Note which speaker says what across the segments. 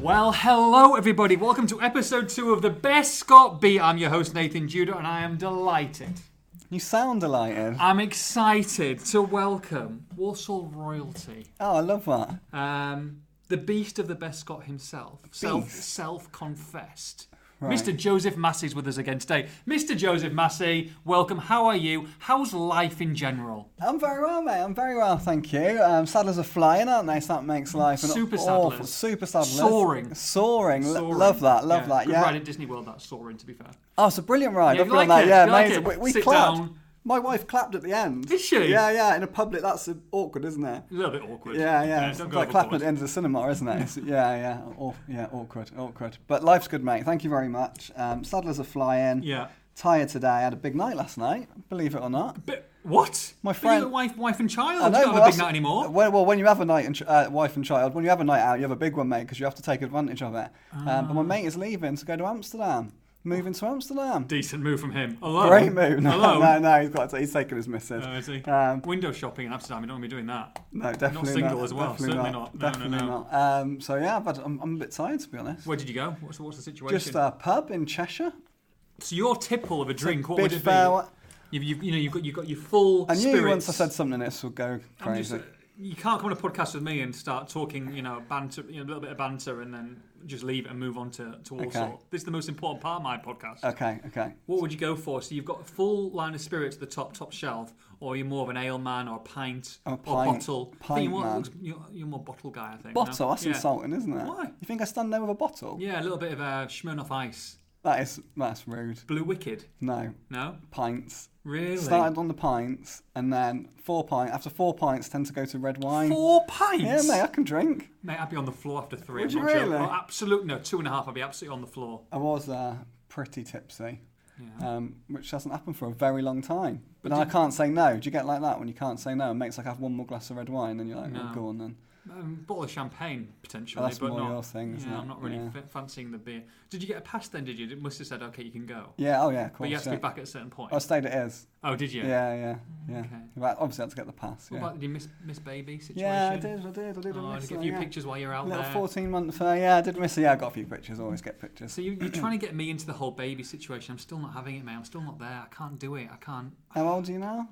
Speaker 1: Well, hello everybody. Welcome to episode two of the Best Scott Beat. I'm your host Nathan Judah, and I am delighted.
Speaker 2: You sound delighted.
Speaker 1: I'm excited to welcome Warsaw royalty,
Speaker 2: Oh, I love that.
Speaker 1: um, the beast of the Best Scott himself, self
Speaker 2: Beast?
Speaker 1: self confessed.
Speaker 2: Right.
Speaker 1: Mr. Joseph Massey's with us again today. Mr. Joseph Massey, welcome. How are you? How's life in general?
Speaker 2: I'm very well, mate. I'm very well, thank you. Um, saddlers are flying, aren't they? So that makes life an
Speaker 1: Super
Speaker 2: awful,
Speaker 1: saddlers.
Speaker 2: super saddlers,
Speaker 1: Soaring.
Speaker 2: soaring. L-
Speaker 1: Soaring.
Speaker 2: love that, love
Speaker 1: Yeah,
Speaker 2: that.
Speaker 1: Good
Speaker 2: Yeah.
Speaker 1: ride at Disney World. That's soaring. To be fair,
Speaker 2: Oh, it's a brilliant ride.
Speaker 1: Yeah,
Speaker 2: I've
Speaker 1: you like
Speaker 2: that.
Speaker 1: it?
Speaker 2: Yeah,
Speaker 1: You like
Speaker 2: amazing.
Speaker 1: it?
Speaker 2: We, we
Speaker 1: Sit
Speaker 2: clapped.
Speaker 1: down.
Speaker 2: My wife clapped at the end.
Speaker 1: Did she?
Speaker 2: Yeah, yeah. In a public, that's uh, awkward, isn't it?
Speaker 1: a little bit awkward.
Speaker 2: Yeah, yeah. It's
Speaker 1: don't go
Speaker 2: like clapping at
Speaker 1: overboard.
Speaker 2: the end of the cinema, isn't it? It's- yeah, yeah. Aw- yeah, awkward, awkward. But life's good, mate. Thank you very much. Um, saddlers are flying.
Speaker 1: Yeah.
Speaker 2: Tired today. I had a big night last night. Believe it or not.
Speaker 1: But what?
Speaker 2: My
Speaker 1: But
Speaker 2: friend-
Speaker 1: you got wife, wife and child.
Speaker 2: I know,
Speaker 1: you don't
Speaker 2: well,
Speaker 1: have a big
Speaker 2: that's-
Speaker 1: night anymore.
Speaker 2: Well, well, when you have a night and ch- uh, wife and child, when you have a night out, you have a big one, mate, because you have to take advantage of it. Um,
Speaker 1: Ah.
Speaker 2: but my mate is leaving to go to Amsterdam, moving to Amsterdam.
Speaker 1: Decent move from him. Alone.
Speaker 2: Great move. No,
Speaker 1: Alone.
Speaker 2: no, no, he's got. To, he's taking his missus.
Speaker 1: Oh, is he?
Speaker 2: Um,
Speaker 1: Window shopping in Amsterdam. You don't want to be doing that.
Speaker 2: no, definitely
Speaker 1: single as well,
Speaker 2: Definitely
Speaker 1: certainly not.
Speaker 2: not.
Speaker 1: No, no,
Speaker 2: definitely
Speaker 1: no.
Speaker 2: not. Um, so yeah, but I'm, I'm a bit tired to be honest.
Speaker 1: Where did you go? What's, what's the situation?
Speaker 2: Just uh, a pub in Cheshire.
Speaker 1: so your tipple of a drink. What
Speaker 2: Bid
Speaker 1: would it
Speaker 2: farewell-
Speaker 1: be? You've, you've, you know, you've got you've got your full.
Speaker 2: I knew
Speaker 1: spirits.
Speaker 2: once I said something, this would go
Speaker 1: I'm just-
Speaker 2: crazy.
Speaker 1: you can't come on a podcast with me and start talking, you know, banter, you know, a little bit of banter, and then just leave it and move on to to all
Speaker 2: Okay.
Speaker 1: sorts. This is the most important part of my podcast.
Speaker 2: Okay, okay.
Speaker 1: What would you go for? So you've got a full line of spirits at the top top shelf, or you're more of an ale man or a pint
Speaker 2: I'm a
Speaker 1: or
Speaker 2: pint-
Speaker 1: bottle. I think
Speaker 2: pint
Speaker 1: you're, more,
Speaker 2: man.
Speaker 1: looks- you're, you're more bottle guy, I think. no?
Speaker 2: Bottle, that's
Speaker 1: yeah.
Speaker 2: insulting, isn't it?
Speaker 1: Why?
Speaker 2: You think I stand there with a bottle?
Speaker 1: Yeah, a little bit of uh, Smirnoff Ice,
Speaker 2: That is, that's rude.
Speaker 1: Blue Wicked.
Speaker 2: No,
Speaker 1: No,
Speaker 2: pints.
Speaker 1: really.
Speaker 2: Started on the pints, and then four pints. After four pints, tend to go to red wine.
Speaker 1: Four pints.
Speaker 2: Yeah, mate, I can drink.
Speaker 1: Mate, I'd be on the floor after three.
Speaker 2: Would
Speaker 1: I'm
Speaker 2: you
Speaker 1: not joking.
Speaker 2: really?
Speaker 1: Oh, absolute no, two and a half. I'd be absolutely on the floor.
Speaker 2: I was uh, pretty tipsy,
Speaker 1: Yeah.
Speaker 2: um, which hasn't happened for a very long time. But
Speaker 1: But
Speaker 2: then I
Speaker 1: did-
Speaker 2: can't say no. Do you get like that when you can't say no? It makes like I have one more glass of red wine, and you're like,
Speaker 1: No.
Speaker 2: oh, go on then.
Speaker 1: Um, bottle of champagne potentially,
Speaker 2: Well, that's
Speaker 1: but
Speaker 2: more
Speaker 1: not.
Speaker 2: your thing, isn't
Speaker 1: yeah,
Speaker 2: it?
Speaker 1: I'm not really
Speaker 2: Yeah.
Speaker 1: fa- fancying the beer. Did you get a pass then? Did you? It must have said okay, you can go.
Speaker 2: Yeah, oh yeah, of course.
Speaker 1: but you have to
Speaker 2: yeah.
Speaker 1: be back at a certain point.
Speaker 2: I stayed at his.
Speaker 1: oh, did you?
Speaker 2: Yeah, yeah, yeah.
Speaker 1: Okay.
Speaker 2: Right, obviously, I had to get the pass.
Speaker 1: What
Speaker 2: yeah.
Speaker 1: about the Miss Miss Baby situation?
Speaker 2: yeah, I did, I did, I did. I
Speaker 1: Oh, and
Speaker 2: missed
Speaker 1: get a
Speaker 2: her,
Speaker 1: few
Speaker 2: yeah.
Speaker 1: pictures while you're out
Speaker 2: Little
Speaker 1: there.
Speaker 2: 14 month, uh, yeah, I did miss her. Yeah, I got a few pictures, always get pictures.
Speaker 1: So you, you're trying to get me into the whole baby situation. I'm still not having it, mate. I'm still not there. I can't do it. I can't.
Speaker 2: How old are you now?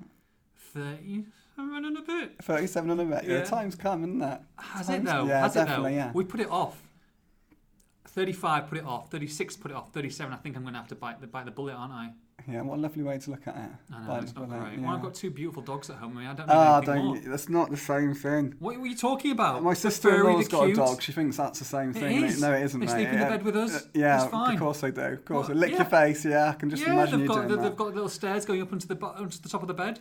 Speaker 1: Thirty. I'm running a bit.
Speaker 2: 37 and a bit. Yeah,
Speaker 1: Yeah.
Speaker 2: the time's come, isn't it?
Speaker 1: Has it
Speaker 2: Time's-
Speaker 1: though?
Speaker 2: Yeah,
Speaker 1: Has
Speaker 2: definitely,
Speaker 1: it though?
Speaker 2: yeah.
Speaker 1: We put it off. Thirty-five, put it off. Thirty-six, put it off. Thirty-seven. I think I'm going to have to bite the bite the bullet, aren't I?
Speaker 2: Yeah, what a lovely way to look at it.
Speaker 1: I know
Speaker 2: By
Speaker 1: it's
Speaker 2: the
Speaker 1: not
Speaker 2: bullet,
Speaker 1: great.
Speaker 2: yeah.
Speaker 1: Well, I've got two beautiful dogs at home. I, mean, I don't need
Speaker 2: Ah,
Speaker 1: anything
Speaker 2: don't.
Speaker 1: more.
Speaker 2: That's not the same thing.
Speaker 1: What were you talking about?
Speaker 2: My
Speaker 1: The furry,
Speaker 2: sister-in-law's
Speaker 1: the
Speaker 2: got a
Speaker 1: cute?
Speaker 2: dog. She thinks that's the same
Speaker 1: It
Speaker 2: thing. mate.
Speaker 1: is.
Speaker 2: No, it isn't,
Speaker 1: They
Speaker 2: mate.
Speaker 1: sleep in the
Speaker 2: yeah.
Speaker 1: bed with us.
Speaker 2: Uh, Yeah,
Speaker 1: It's fine.
Speaker 2: of course they do. Of course,
Speaker 1: Well,
Speaker 2: they lick
Speaker 1: yeah.
Speaker 2: your face. Yeah, I can just
Speaker 1: yeah, they've
Speaker 2: imagine you
Speaker 1: got
Speaker 2: doing
Speaker 1: they've,
Speaker 2: that.
Speaker 1: they've got little stairs going up onto the bo- onto the top of the bed.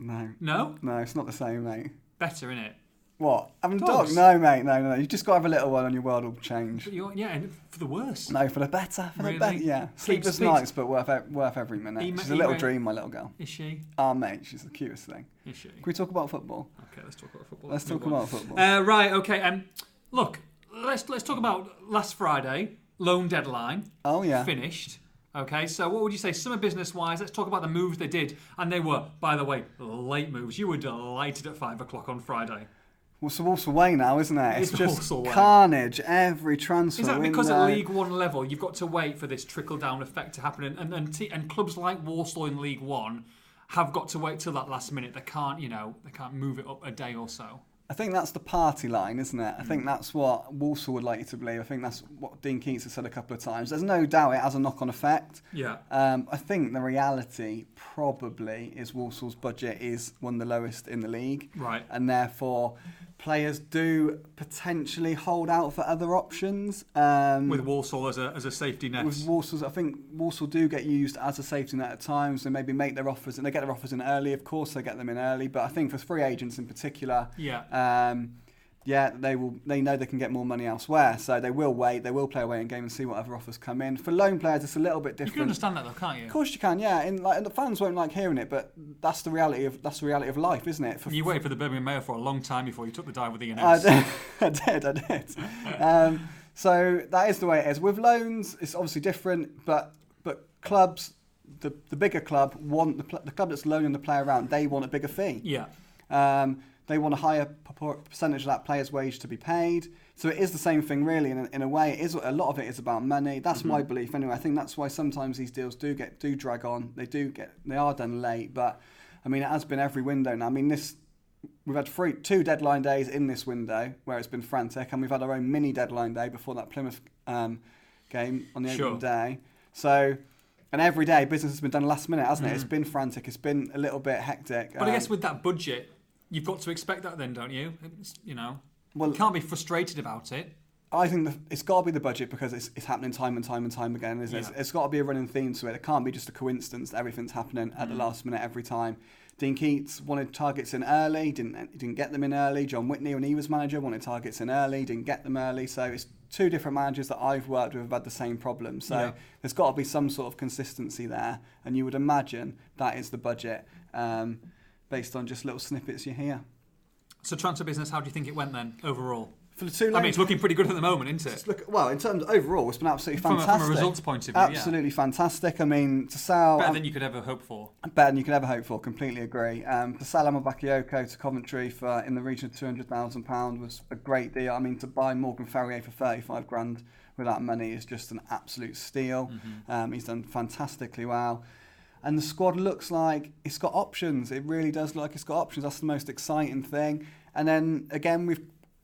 Speaker 2: No,
Speaker 1: No,
Speaker 2: no, it's not the same, mate.
Speaker 1: better in it.
Speaker 2: What? Having a
Speaker 1: Dogs.
Speaker 2: dog? No, mate. No, no. You just got to have a little one, and your world will change.
Speaker 1: But you're, yeah, and for the worse.
Speaker 2: No, for the better. For
Speaker 1: Really?
Speaker 2: the better. Yeah, sleepless
Speaker 1: sleeps-
Speaker 2: nights, but worth e- worth every minute.
Speaker 1: He ma-
Speaker 2: she's a
Speaker 1: he
Speaker 2: little
Speaker 1: ra-
Speaker 2: dream, my little girl.
Speaker 1: Is she?
Speaker 2: Ah, mate, she's the cutest thing.
Speaker 1: Is she?
Speaker 2: Can we talk about football?
Speaker 1: Okay, let's talk about football.
Speaker 2: Let's
Speaker 1: move
Speaker 2: talk
Speaker 1: on.
Speaker 2: about football.
Speaker 1: Uh, right. Okay. Um, look, let's let's talk about last Friday loan deadline
Speaker 2: oh yeah.
Speaker 1: finished. Okay, so what would you say, summer business wise? Let's talk about the moves they did, and they were, by the way, late moves. You were delighted at five o'clock on Friday.
Speaker 2: Well, so Walsall way now, isn't it?
Speaker 1: It's
Speaker 2: It's, just
Speaker 1: Walsall way.
Speaker 2: carnage every transfer.
Speaker 1: Is that
Speaker 2: window.
Speaker 1: because at League One level you've got to wait for this trickle down effect to happen, and and, and, t- and clubs like Warsaw in League One have got to wait till that last minute. They can't, you know, they can't move it up a day or so.
Speaker 2: I think that's the party line, isn't it? I
Speaker 1: Hmm.
Speaker 2: think that's what Walsall would like you to believe. I think that's what Dean Keats has said a couple of times. There's no doubt it has a knock-on effect.
Speaker 1: Yeah.
Speaker 2: Um, I think the reality probably is Walsall's budget is one of the lowest in the league.
Speaker 1: Right.
Speaker 2: And therefore, players do potentially hold out for other options. Um,
Speaker 1: With Warsaw as a as a safety net.
Speaker 2: with Walsall's, I think Walsall do get used as a safety net at times. They maybe make their offers and they get their offers in early. Of course, they get them in early. But I think for free agents in particular,
Speaker 1: yeah.
Speaker 2: um, yeah, they will. They know they can get more money elsewhere, so they will wait. They will play away in game and see what other offers come in. For loan players, it's a little bit
Speaker 1: You can
Speaker 2: different.
Speaker 1: understand that though, can't you?
Speaker 2: Of course you can, yeah. And like, and the fans won't like hearing it, but that's the reality of that's the reality of life, isn't it? For,
Speaker 1: You waited for the Birmingham Mail for a long time before you took the dive with the
Speaker 2: I,
Speaker 1: NS.
Speaker 2: did, I did, I did. Um, so that is the way it is. With loans, it's obviously different, but but clubs, the, the bigger club want the, pl- the club that's loaning the player around. They want a bigger fee.
Speaker 1: Yeah.
Speaker 2: Um, They want a higher purpor- percentage of that player's wage to be paid. So it is the same thing, really. In a, in a way, it is a lot of it is about money. That's my
Speaker 1: Mm-hmm.
Speaker 2: belief, anyway. I think that's why sometimes these deals do get do drag on. They do get they are done late, but I mean, it has been every window now. I mean, this we've had three two deadline days in this window where it's been frantic, and we've had our own mini deadline day before that Plymouth um, game on the
Speaker 1: Sure.
Speaker 2: opening day. So. And every day, business has been done last minute, hasn't it? It's been frantic. It's been a little bit hectic.
Speaker 1: Mm. But I
Speaker 2: um,
Speaker 1: guess with that budget, you've got to expect that then, don't you? It's, you know,
Speaker 2: Well-
Speaker 1: you can't be frustrated about it.
Speaker 2: I think the, it's got to be the budget because it's, it's happening time and time and time again, isn't it?
Speaker 1: Yeah.
Speaker 2: It's, it's got to be a running theme to it. It can't be just a coincidence that everything's happening at
Speaker 1: Mm.
Speaker 2: the last minute every time. Dean Keats wanted targets in early, didn't he didn't get them in early. John Whitney, when he was manager, wanted targets in early, didn't get them early. So it's two different managers that I've worked with have had the same problem. So
Speaker 1: Yeah.
Speaker 2: there's got to be some sort of consistency there, and you would imagine that is the budget um, based on just little snippets you hear.
Speaker 1: So transfer business, how do you think it went then overall?
Speaker 2: For the two
Speaker 1: I mean,
Speaker 2: lanes-
Speaker 1: it's looking pretty good at the moment, isn't it?
Speaker 2: Just look, well, in terms overall, it's been absolutely
Speaker 1: From a-
Speaker 2: fantastic.
Speaker 1: From a results point of view,
Speaker 2: absolutely fantastic. I mean, to sell
Speaker 1: yeah. Better
Speaker 2: um,
Speaker 1: than you could ever hope for.
Speaker 2: better than you could ever hope for. Completely agree. Um, to sell Emma Bakayoko to Coventry for in the region of two hundred thousand pound was a great deal. I mean, to buy Morgan Ferrier for thirty-five grand with that money is just an absolute steal.
Speaker 1: Mm-hmm.
Speaker 2: Um, he's done fantastically well. And the squad looks like it's got options. It really does look like it's got options. That's the most exciting thing. And then again, we've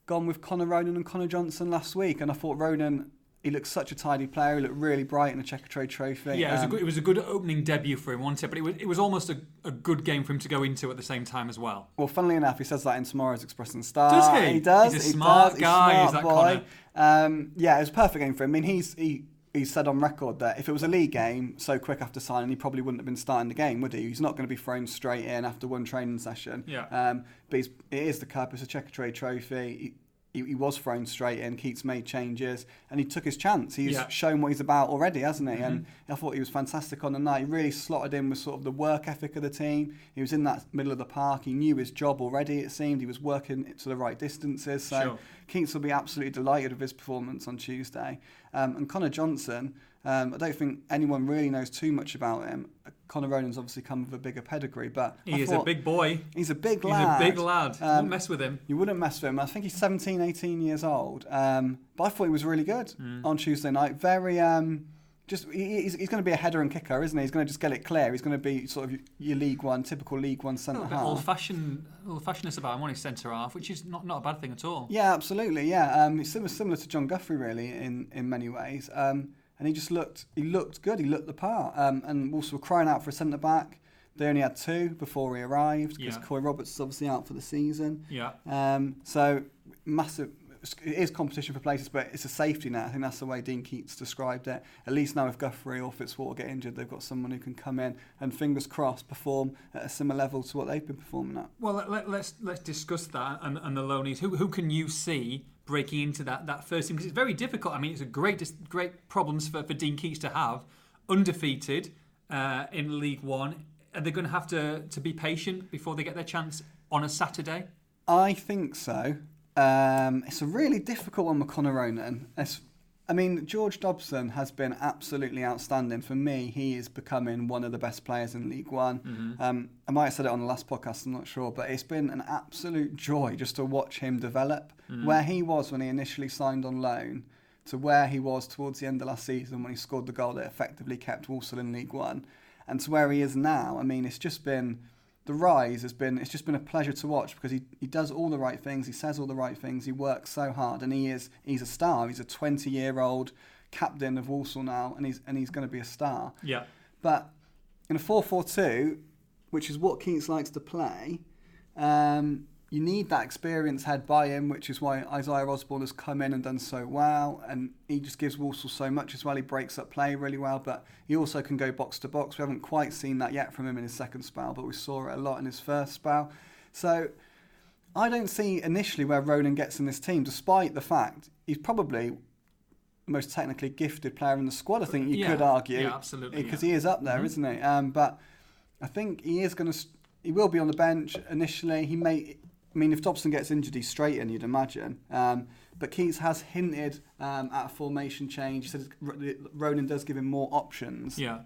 Speaker 2: gone with Connor Ronan and Connor Johnson last week. And I thought Ronan, he looked such a tidy player. He looked really bright in the Checker Trade Trophy.
Speaker 1: Yeah, it was, a
Speaker 2: Um,
Speaker 1: good, it was a good opening debut for him, wasn't it? But it was, it was almost a, a good game for him to go into at the same time as well.
Speaker 2: Well, funnily enough, he says that in Tomorrow's Express and Star.
Speaker 1: Does he?
Speaker 2: He does.
Speaker 1: He's a
Speaker 2: he
Speaker 1: smart
Speaker 2: does.
Speaker 1: guy,
Speaker 2: He's
Speaker 1: is that
Speaker 2: smart boy. Um, yeah, it was a perfect game for him. I mean, he's he he said on record that if it was a league game so quick after signing, he probably wouldn't have been starting the game, would he? He's not going to be thrown straight in after one training session.
Speaker 1: Yeah.
Speaker 2: Um, but he's, it is the cup. It's a checker trade trophy. He, he, he was thrown straight in. Keats made changes and he took his chance. He's
Speaker 1: Yeah. Mm-hmm.
Speaker 2: shown what he's about already, hasn't he? And I thought he was fantastic on the night. He really slotted in with sort of the work ethic of the team. He was in that middle of the park. He knew his job already, it seemed. He was working it to the right distances. So
Speaker 1: Sure.
Speaker 2: Keats will be absolutely delighted with his performance on Tuesday. Um, and Connor Johnson, um, I don't think anyone really knows too much about him. Connor Ronan's obviously come with a bigger pedigree, but I
Speaker 1: He is a
Speaker 2: thought-
Speaker 1: big boy.
Speaker 2: He's a big
Speaker 1: He's a
Speaker 2: lad.
Speaker 1: big lad.
Speaker 2: Um,
Speaker 1: Don't mess with him.
Speaker 2: You wouldn't mess with him. I think he's 17, 18 years old. Um, but I thought he was really good
Speaker 1: Mm.
Speaker 2: on Tuesday night. Very, um, just he, he's, he's going to be a header and kicker, isn't he? He's going to just get it clear. He's going to be sort of your League One, typical League One
Speaker 1: A
Speaker 2: centre
Speaker 1: little bit
Speaker 2: half.
Speaker 1: old fashioned, old fashionedness about him on his centre half, which is not, not a bad thing at all.
Speaker 2: Yeah, absolutely. Yeah, um, it's similar, similar to John Guthrie really in in many ways. Um, and he just looked he looked good. He looked the part. Um, and Wolves were crying out for a centre back. They only had two before he arrived because
Speaker 1: Yeah.
Speaker 2: Coy Roberts is obviously out for the season.
Speaker 1: Yeah.
Speaker 2: Um, so massive. It is competition for places, but it's a safety net. I think that's the way Dean Keats described it. At least now, if Guthrie or Fitzwater get injured, they've got someone who can come in and fingers crossed perform at a similar level to what they've been performing at.
Speaker 1: Well, let, let, let's let's discuss that and, and the loanies. Who who can you see breaking into that, that first team? Because it's very difficult. I mean, it's a great dis- great problems for, for Dean Keats to have undefeated uh, in League One. Are they going to have to to be patient before they get their chance on a Saturday?
Speaker 2: I think so. Um, it's a really difficult one with Conor Ronan. It's, I mean, George Dobson has been absolutely outstanding. For me, he is becoming one of the best players in League One. Um, I might have said it on the last podcast, I'm not sure, but it's been an absolute joy just to watch him develop. Where he was when he initially signed on loan to where he was towards the end of last season when he scored the goal that effectively kept Walsall in League One, and to where he is now. I mean, it's just been the rise has been it's just been a pleasure to watch because he, he does all the right things, he says all the right things, he works so hard, and he is he's a star. He's a 20 year old captain of Walsall now, and he's and he's going to be a star.
Speaker 1: Yeah.
Speaker 2: But in a 4 4 2, which is what Keats likes to play, um, you need that experience had by him, which is why Isaiah Osborne has come in and done so well. And he just gives Walsall so much as well. He breaks up play really well, but he also can go box to box. We haven't quite seen that yet from him in his second spell, but we saw it a lot in his first spell. So I don't see initially where Ronan gets in this team, despite the fact he's probably the most technically gifted player in the squad. I think you
Speaker 1: Yeah.
Speaker 2: could argue,
Speaker 1: Yeah, absolutely,
Speaker 2: because
Speaker 1: yeah. Mm-hmm.
Speaker 2: he is up there, not he? Um, but I think he is going to. He will be on the bench initially. He may. I mean, if Dobson gets injured, he's straight in. You'd imagine. Um, but Keats has hinted um, at a formation change. He said Ronan does give him more options.
Speaker 1: Yeah.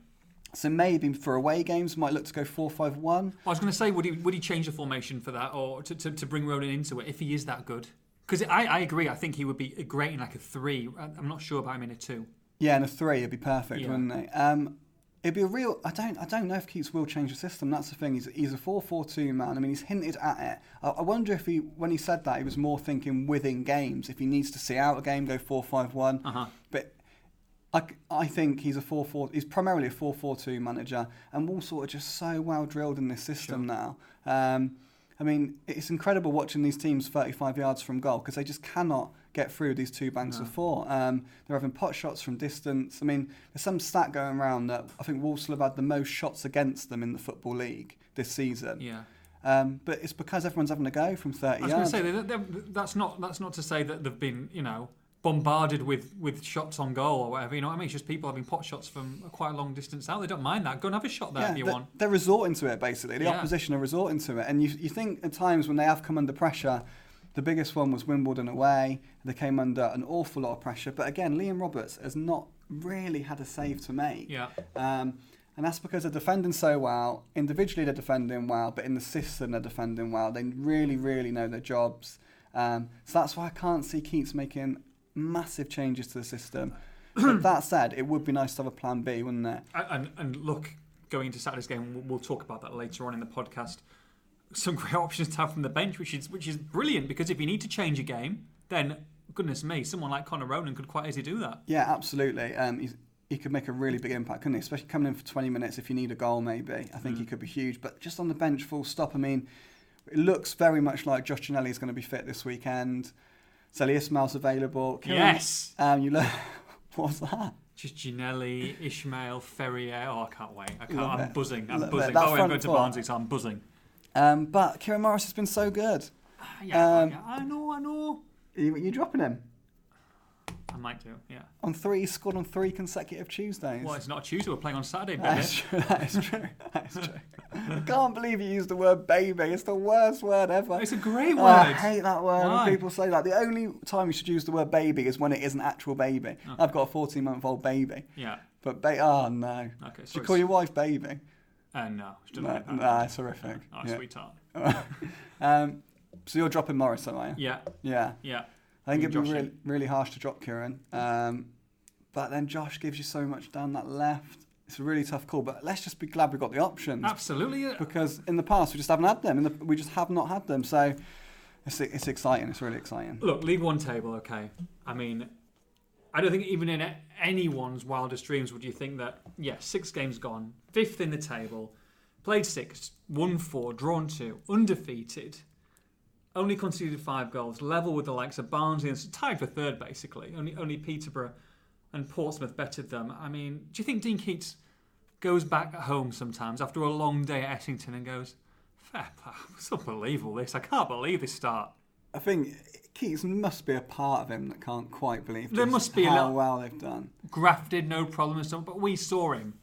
Speaker 2: So maybe for away games, might look to go four-five-one.
Speaker 1: I was going to say, would he would he change the formation for that, or to, to, to bring Ronan into it if he is that good? Because I, I agree, I think he would be great in like a three. I- I'm not sure about him in a two.
Speaker 2: Yeah, and a three would be perfect,
Speaker 1: Yeah.
Speaker 2: wouldn't it? Um, it'd be a real. I don't. I don't know if Keats will change the system. That's the thing. He's he's a four-four-two man. I mean, he's hinted at it. I, I wonder if he, when he said that, he was more thinking within games. If he needs to see out a game, go four-five-one.
Speaker 1: Uh-huh.
Speaker 2: But I, c- I think he's a four four. He's primarily a four four two manager, and Walsall are just so well drilled in this system now. Um, I mean, it's incredible watching these teams 35 yards from goal because they just cannot get through these two banks of four. Um, they're having pot shots from distance. I mean, there's some stat going around that I think Walsall have had the most shots against them in the Football League this season.
Speaker 1: Yeah.
Speaker 2: Um, but it's because everyone's having a go from 30
Speaker 1: I was going to
Speaker 2: yards.
Speaker 1: say that, that- that's not that's not to say that they've been you know bombarded with with shots on goal or whatever. You know what I mean? It's just people having pot shots from quite a long distance out. They don't mind that. Go and have a shot there if you
Speaker 2: they-
Speaker 1: want.
Speaker 2: They're resorting to it basically. The
Speaker 1: Yeah.
Speaker 2: opposition are resorting to it, and you you think at times when they have come under pressure, the biggest one was Wimbledon away. They came under an awful lot of pressure, but again, Liam Roberts has not really had a save to make.
Speaker 1: Yeah.
Speaker 2: Um, and that's because they're defending so well. Individually, they're defending well, but in the system, they're defending well. They really, really know their jobs. Um, so that's why I can't see Keats making massive changes to the system. but that said, it would be nice to have a plan B, wouldn't it?
Speaker 1: And- And and look, going into Saturday's game, we'll- we'll talk about that later on in the podcast. Some great options to have from the bench, which is which is brilliant because if you need to change a game, then goodness me, someone like Connor Ronan could quite easily do that.
Speaker 2: Yeah, absolutely. Um, he's, he could make a really big impact, couldn't he? Especially coming in for 20 minutes if you need a goal, maybe. I think
Speaker 1: Mm.
Speaker 2: he could be huge. But just on the bench, full stop, I mean, it looks very much like Josh Ginelli is going to be fit this weekend. Celia Ismail's available. Kieran-
Speaker 1: Yes,
Speaker 2: Um, you look. What's that?
Speaker 1: just Ginelli, Ishmael, Ferrier. Oh, I can't wait. I can't,
Speaker 2: Love
Speaker 1: I'm
Speaker 2: it.
Speaker 1: buzzing. I'm
Speaker 2: Love it.
Speaker 1: buzzing.
Speaker 2: That
Speaker 1: By the way, I'm
Speaker 2: front
Speaker 1: going to
Speaker 2: four.
Speaker 1: Barnsley, so I'm buzzing.
Speaker 2: Um, but Kieran Morris has been so good.
Speaker 1: Ah, Yeah,
Speaker 2: Um,
Speaker 1: yeah, I know, I know.
Speaker 2: You, you dropping him
Speaker 1: I might do, yeah.
Speaker 2: on three? He scored on three consecutive Tuesdays.
Speaker 1: Well, it's not Tuesday. We're playing on Saturday, baby.
Speaker 2: That's true. That's true. That's true. I can't believe you used the word baby. It's the worst word ever.
Speaker 1: It's a great
Speaker 2: Oh, I
Speaker 1: word.
Speaker 2: hate that word
Speaker 1: Why?
Speaker 2: when people say that. The only time you should use the word baby is when it is an actual baby.
Speaker 1: Oh.
Speaker 2: I've got a 14 month old baby.
Speaker 1: yeah.
Speaker 2: But, ba- oh no.
Speaker 1: Okay. So
Speaker 2: Should you
Speaker 1: it's-
Speaker 2: call your wife baby?
Speaker 1: Uh, no, she doesn't
Speaker 2: No,
Speaker 1: like that.
Speaker 2: no, it's horrific.
Speaker 1: Oh,
Speaker 2: Yeah.
Speaker 1: sweetheart.
Speaker 2: Um, so you're dropping Morris, am I?
Speaker 1: Yeah,
Speaker 2: Yeah.
Speaker 1: yeah.
Speaker 2: I think
Speaker 1: You
Speaker 2: it'd be
Speaker 1: Josh
Speaker 2: really, really harsh to drop Kieran. Um, but then Josh gives you so much down that left. It's a really tough call. But let's just be glad we got the options.
Speaker 1: Absolutely. uh,
Speaker 2: Because in the past, we just haven't had them. In the, we just have not had them. So it's, it's exciting. It's really exciting.
Speaker 1: Look, League One table, okay. I mean, I don't think even in a- anyone's wildest dreams would you think that, yeah, six games gone, fifth in the table, played six, won four, drawn two, undefeated, only conceded five goals, level with the likes of Barnsley, and tied for third, basically. Only, only Peterborough and Portsmouth bettered them. I mean, do you think Dean Keats goes back home sometimes after a long day at Essington and goes, Fair, play. it's unbelievable this. I can't believe this start.
Speaker 2: I think Keats must be a part of him that can't quite believe
Speaker 1: There
Speaker 2: just
Speaker 1: must be a
Speaker 2: how
Speaker 1: lot-
Speaker 2: well they've done.
Speaker 1: grafted, no problem and stuff. But we saw him.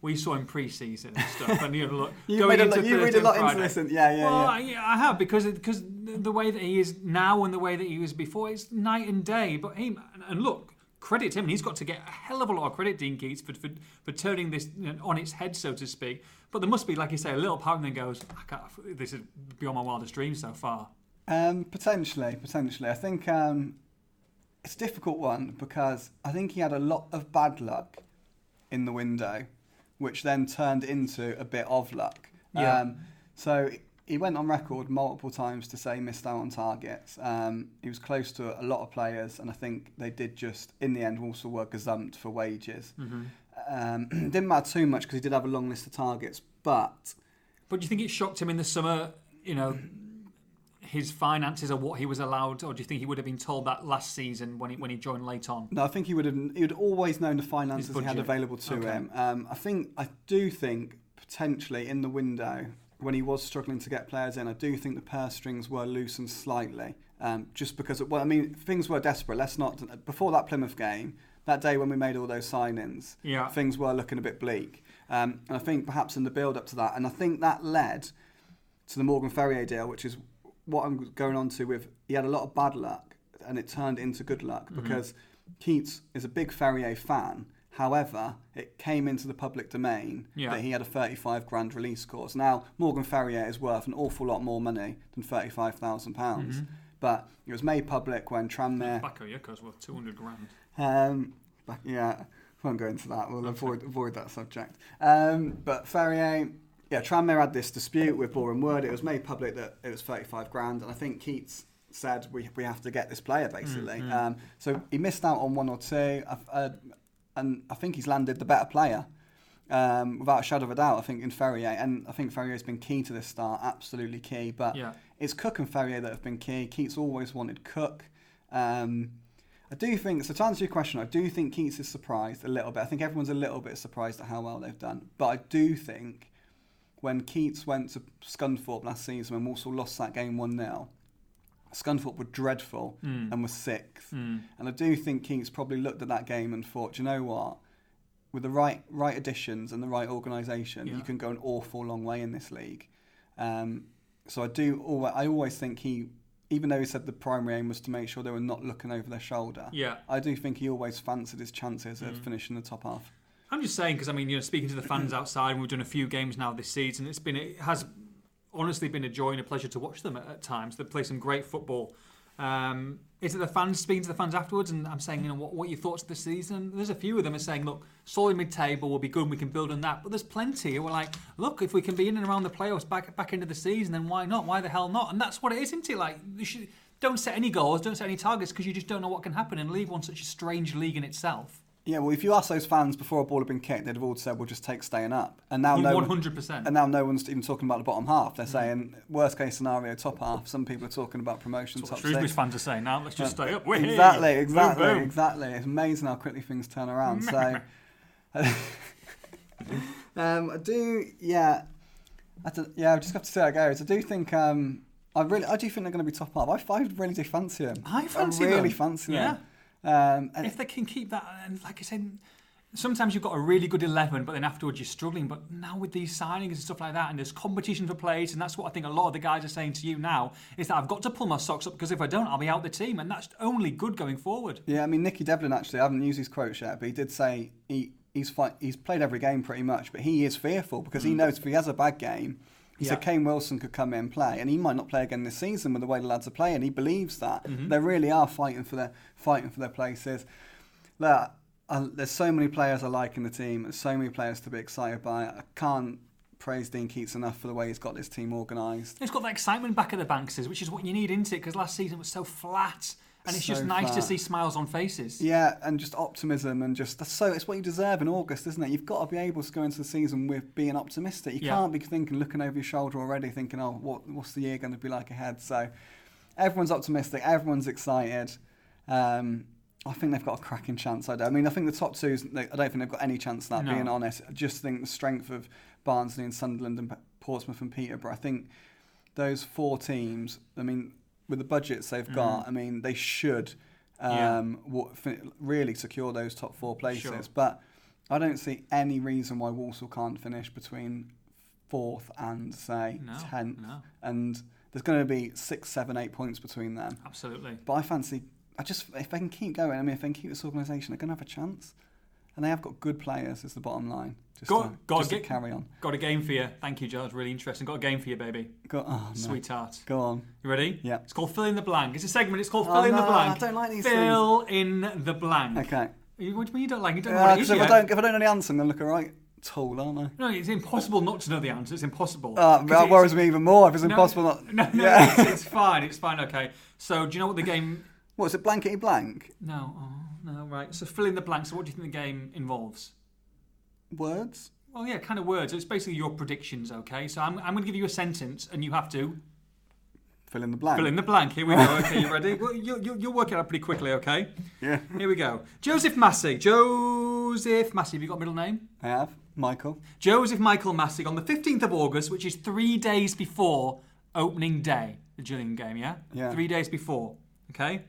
Speaker 1: We saw him pre-season and stuff. And you know, look,
Speaker 2: You,
Speaker 1: going
Speaker 2: made a
Speaker 1: into
Speaker 2: lot, you read a
Speaker 1: Thursday
Speaker 2: lot
Speaker 1: and
Speaker 2: into
Speaker 1: Friday.
Speaker 2: this, and yeah, yeah,
Speaker 1: well,
Speaker 2: yeah.
Speaker 1: I, yeah, I have because because the way that he is now and the way that he was before it's night and day. But he and look, credit to him. He's got to get a hell of a lot of credit, Dean Keats, for for, for turning this you know, on its head, so to speak. But there must be, like you say, a little part that goes, I can't, "This is beyond my wildest dreams so far."
Speaker 2: Um, potentially, potentially. I think um, it's a difficult one because I think he had a lot of bad luck in the window, which then turned into a bit of luck.
Speaker 1: Yeah.
Speaker 2: Um, so he went on record multiple times to say he missed out on targets. Um, he was close to a lot of players, and I think they did just, in the end, also were gazumped for wages. Um, didn't matter too much because he did have a long list of targets, but
Speaker 1: But do you think it shocked him in the summer? You know, his finances or what he was allowed, or do you think he would have been told that last season when he when he joined late on?
Speaker 2: No, I think he would have. He would always known the finances he had
Speaker 1: budget.
Speaker 2: available to
Speaker 1: Okay.
Speaker 2: him. Um, I think I do think potentially in the window when he was struggling to get players in, I do think the purse strings were loosened slightly, um, just because. Well, I mean, things were desperate. Let's not. Before that Plymouth game, that day when we made all those signings,
Speaker 1: Yeah.
Speaker 2: things were looking a bit bleak. Um, and I think perhaps in the build up to that, and I think that led to the Morgan Ferrier deal, which is what I'm going on to with he had a lot of bad luck and it turned into good luck because Keats is a big Ferrier fan, However, it came into the public domain
Speaker 1: Yeah.
Speaker 2: that he had a 35 grand release clause. Now, Morgan Ferrier is worth an awful lot more money than 35,000 pounds, but it was made public when Tranmere
Speaker 1: Baco Yoko's worth 200 grand.
Speaker 2: um, but yeah, won't go into that. We'll avoid avoid that subject. Um, but Ferrier, yeah, Tranmere had this dispute with Boreham Wood. It was made public that it was 35 grand, and I think Keats said we, we have to get this player basically. Um, so he missed out on one or two, I've- uh, and I think he's landed the better player. Um, without a shadow of a doubt, I think in Ferrier, and I think Ferrier's been key to this start, absolutely key. But
Speaker 1: Yeah.
Speaker 2: it's Cook and Ferrier that have been key. Keats always wanted Cook. Um, I do think, so to answer your question, I do think Keats is surprised a little bit. I think everyone's a little bit surprised at how well they've done. But I do think when Keats went to Scunthorpe last season and Walsall lost that game 1 0, Scunthorpe were dreadful
Speaker 1: Hmm.
Speaker 2: and were sixth. And I do think Keats probably looked at that game and thought, "Do you know what? With the right right additions and the right organisation,
Speaker 1: Yeah.
Speaker 2: you can go an awful long way in this league. Um, so I do. Always, I always think he, even though he said the primary aim was to make sure they were not looking over their shoulder.
Speaker 1: Yeah. Hmm.
Speaker 2: I do think he always fancied his chances of finishing the top half.
Speaker 1: I'm just saying because I mean, you know, speaking to the fans outside, and we've done a few games now this season. It's been it has honestly been a joy and a pleasure to watch them at, at times. They play some great football. Um, is it the fans speaking to the fans afterwards? And I'm saying, you know, what, what are your thoughts of the season? There's a few of them are saying, look, solid mid-table will be good. and We can build on that. But there's plenty who are like, look, if we can be in and around the playoffs back back into the season, then why not? Why the hell not? And that's what it is, isn't it? Like, you should, don't set any goals, don't set any targets because you just don't know what can happen. And league one such a strange league in itself.
Speaker 2: Yeah, well, if you asked those fans before a ball had been kicked, they'd have all said, "We'll just take staying up." And now no,
Speaker 1: 100%.
Speaker 2: and now no one's even talking about the bottom half.
Speaker 1: Mm.
Speaker 2: They're saying worst case scenario, top half. Some people are talking about promotion, top
Speaker 1: Shrewsbury's
Speaker 2: six.
Speaker 1: fans are saying now, let's just stay up. Whee!
Speaker 2: Exactly, exactly,
Speaker 1: Boom, boom.
Speaker 2: exactly. It's amazing how quickly things turn around. So, um, I do, yeah, I do, yeah. I just have to see how it goes. I do think, um, I really, I do think they're going to be top up. I, I really do fancy them.
Speaker 1: I fancy
Speaker 2: I really
Speaker 1: them.
Speaker 2: fancy them. Um, and
Speaker 1: If they can keep that, and like I said, sometimes you've got a really good 11, but then afterwards you're struggling. But now with these signings and stuff like that, and there's competition for place, and that's what I think a lot of the guys are saying to you now, is that I've got to pull my socks up because if I don't, I'll be out the team, and that's only good going forward.
Speaker 2: Yeah, I mean Nicky Devlin actually. I haven't used his quotes yet, but he did say he he's fight, he's played every game pretty much, but he is fearful because he knows if he has a bad game, he said
Speaker 1: Mm. Yeah.
Speaker 2: Kane Wilson could come in and play, and he might not play again this season with the way the lads are playing. He believes that
Speaker 1: Mm-hmm.
Speaker 2: they really are fighting for their fighting for their places. Look, I, there's so many players I like in the team, and so many players to be excited by. I can't praise Dean Keats enough for the way he's got this team organised.
Speaker 1: It's got that excitement back at the Bankses, which is what you need, isn't it? Because last season was so flat, and it's just
Speaker 2: So
Speaker 1: nice to
Speaker 2: flat.
Speaker 1: see smiles on faces.
Speaker 2: Yeah, and just optimism and just that's so it's what you deserve in August, isn't it? You've got to be able to go into the season with being optimistic. You
Speaker 1: Yeah.
Speaker 2: can't be thinking looking over your shoulder already thinking, "Oh, what what's the year going to be like ahead?" So everyone's optimistic, everyone's excited. Um I think they've got a cracking chance. I, do. I mean, I think the top two. I don't think they've got any chance of that.
Speaker 1: No.
Speaker 2: Being honest, I just think the strength of Barnsley and Sunderland and P- Portsmouth and Peterborough. I think those four teams. I mean, with the budgets they've got, I mean, they should
Speaker 1: Mm-hmm. Yeah.
Speaker 2: um, wa- fi- really secure those top four places.
Speaker 1: Sure.
Speaker 2: But I don't see any reason why Walsall can't finish between fourth and say
Speaker 1: No,
Speaker 2: tenth,
Speaker 1: no.
Speaker 2: and there's going to be six, seven, eight points between them.
Speaker 1: Absolutely.
Speaker 2: But I fancy, I just if they can keep going, I mean, if they can keep this organisation, they're going to have a chance, and they have got good players. Is the bottom line. Just
Speaker 1: Go-
Speaker 2: to,
Speaker 1: go
Speaker 2: just
Speaker 1: get-
Speaker 2: to carry on.
Speaker 1: Got a game for you. Thank you, Giles. Really interesting. Got a game for you, baby.
Speaker 2: Go, oh, no.
Speaker 1: Sweetheart.
Speaker 2: Go on.
Speaker 1: You ready?
Speaker 2: Yeah.
Speaker 1: It's called Fill in the Blank. It's a segment. It's called
Speaker 2: Oh,
Speaker 1: Fill in the
Speaker 2: no,
Speaker 1: Blank.
Speaker 2: I don't like these
Speaker 1: Fill in the Blank.
Speaker 2: Okay.
Speaker 1: You- What do you mean you don't like it? You don't know
Speaker 2: Uh,
Speaker 1: what it
Speaker 2: 'cause
Speaker 1: is
Speaker 2: if I
Speaker 1: yet.
Speaker 2: don't, if I don't know the answer, I'm going to look alright tall, aren't I?
Speaker 1: No, it's impossible not to know the answer. It's impossible.
Speaker 2: Uh,
Speaker 1: 'Cause
Speaker 2: that
Speaker 1: it's-
Speaker 2: worries me even more if it's
Speaker 1: no,
Speaker 2: impossible not.
Speaker 1: No, no,
Speaker 2: yeah.
Speaker 1: it's, it's fine. It's fine. Okay. So, do you know what the game?
Speaker 2: What is it? Blankety blank
Speaker 1: No. Oh, no. Right. So, fill in the blank. So, what do you think the game involves?
Speaker 2: words.
Speaker 1: Well, yeah, kind of words. It's basically your predictions. Okay. So, I'm, I'm going to give you a sentence, and you have to
Speaker 2: Fill in the blank.
Speaker 1: Fill in the blank. Here we go. Okay, you ready? Well, you'll, you'll, you'll work it out pretty quickly, okay?
Speaker 2: Yeah.
Speaker 1: Here we go. Joseph Massey. Joseph Massey. Have you got a middle name?
Speaker 2: I have Michael.
Speaker 1: Joseph Michael Massey on the 15th of August, which is three days before opening day, the Gillingham game, yeah?
Speaker 2: Yeah.
Speaker 1: Three days before, okay?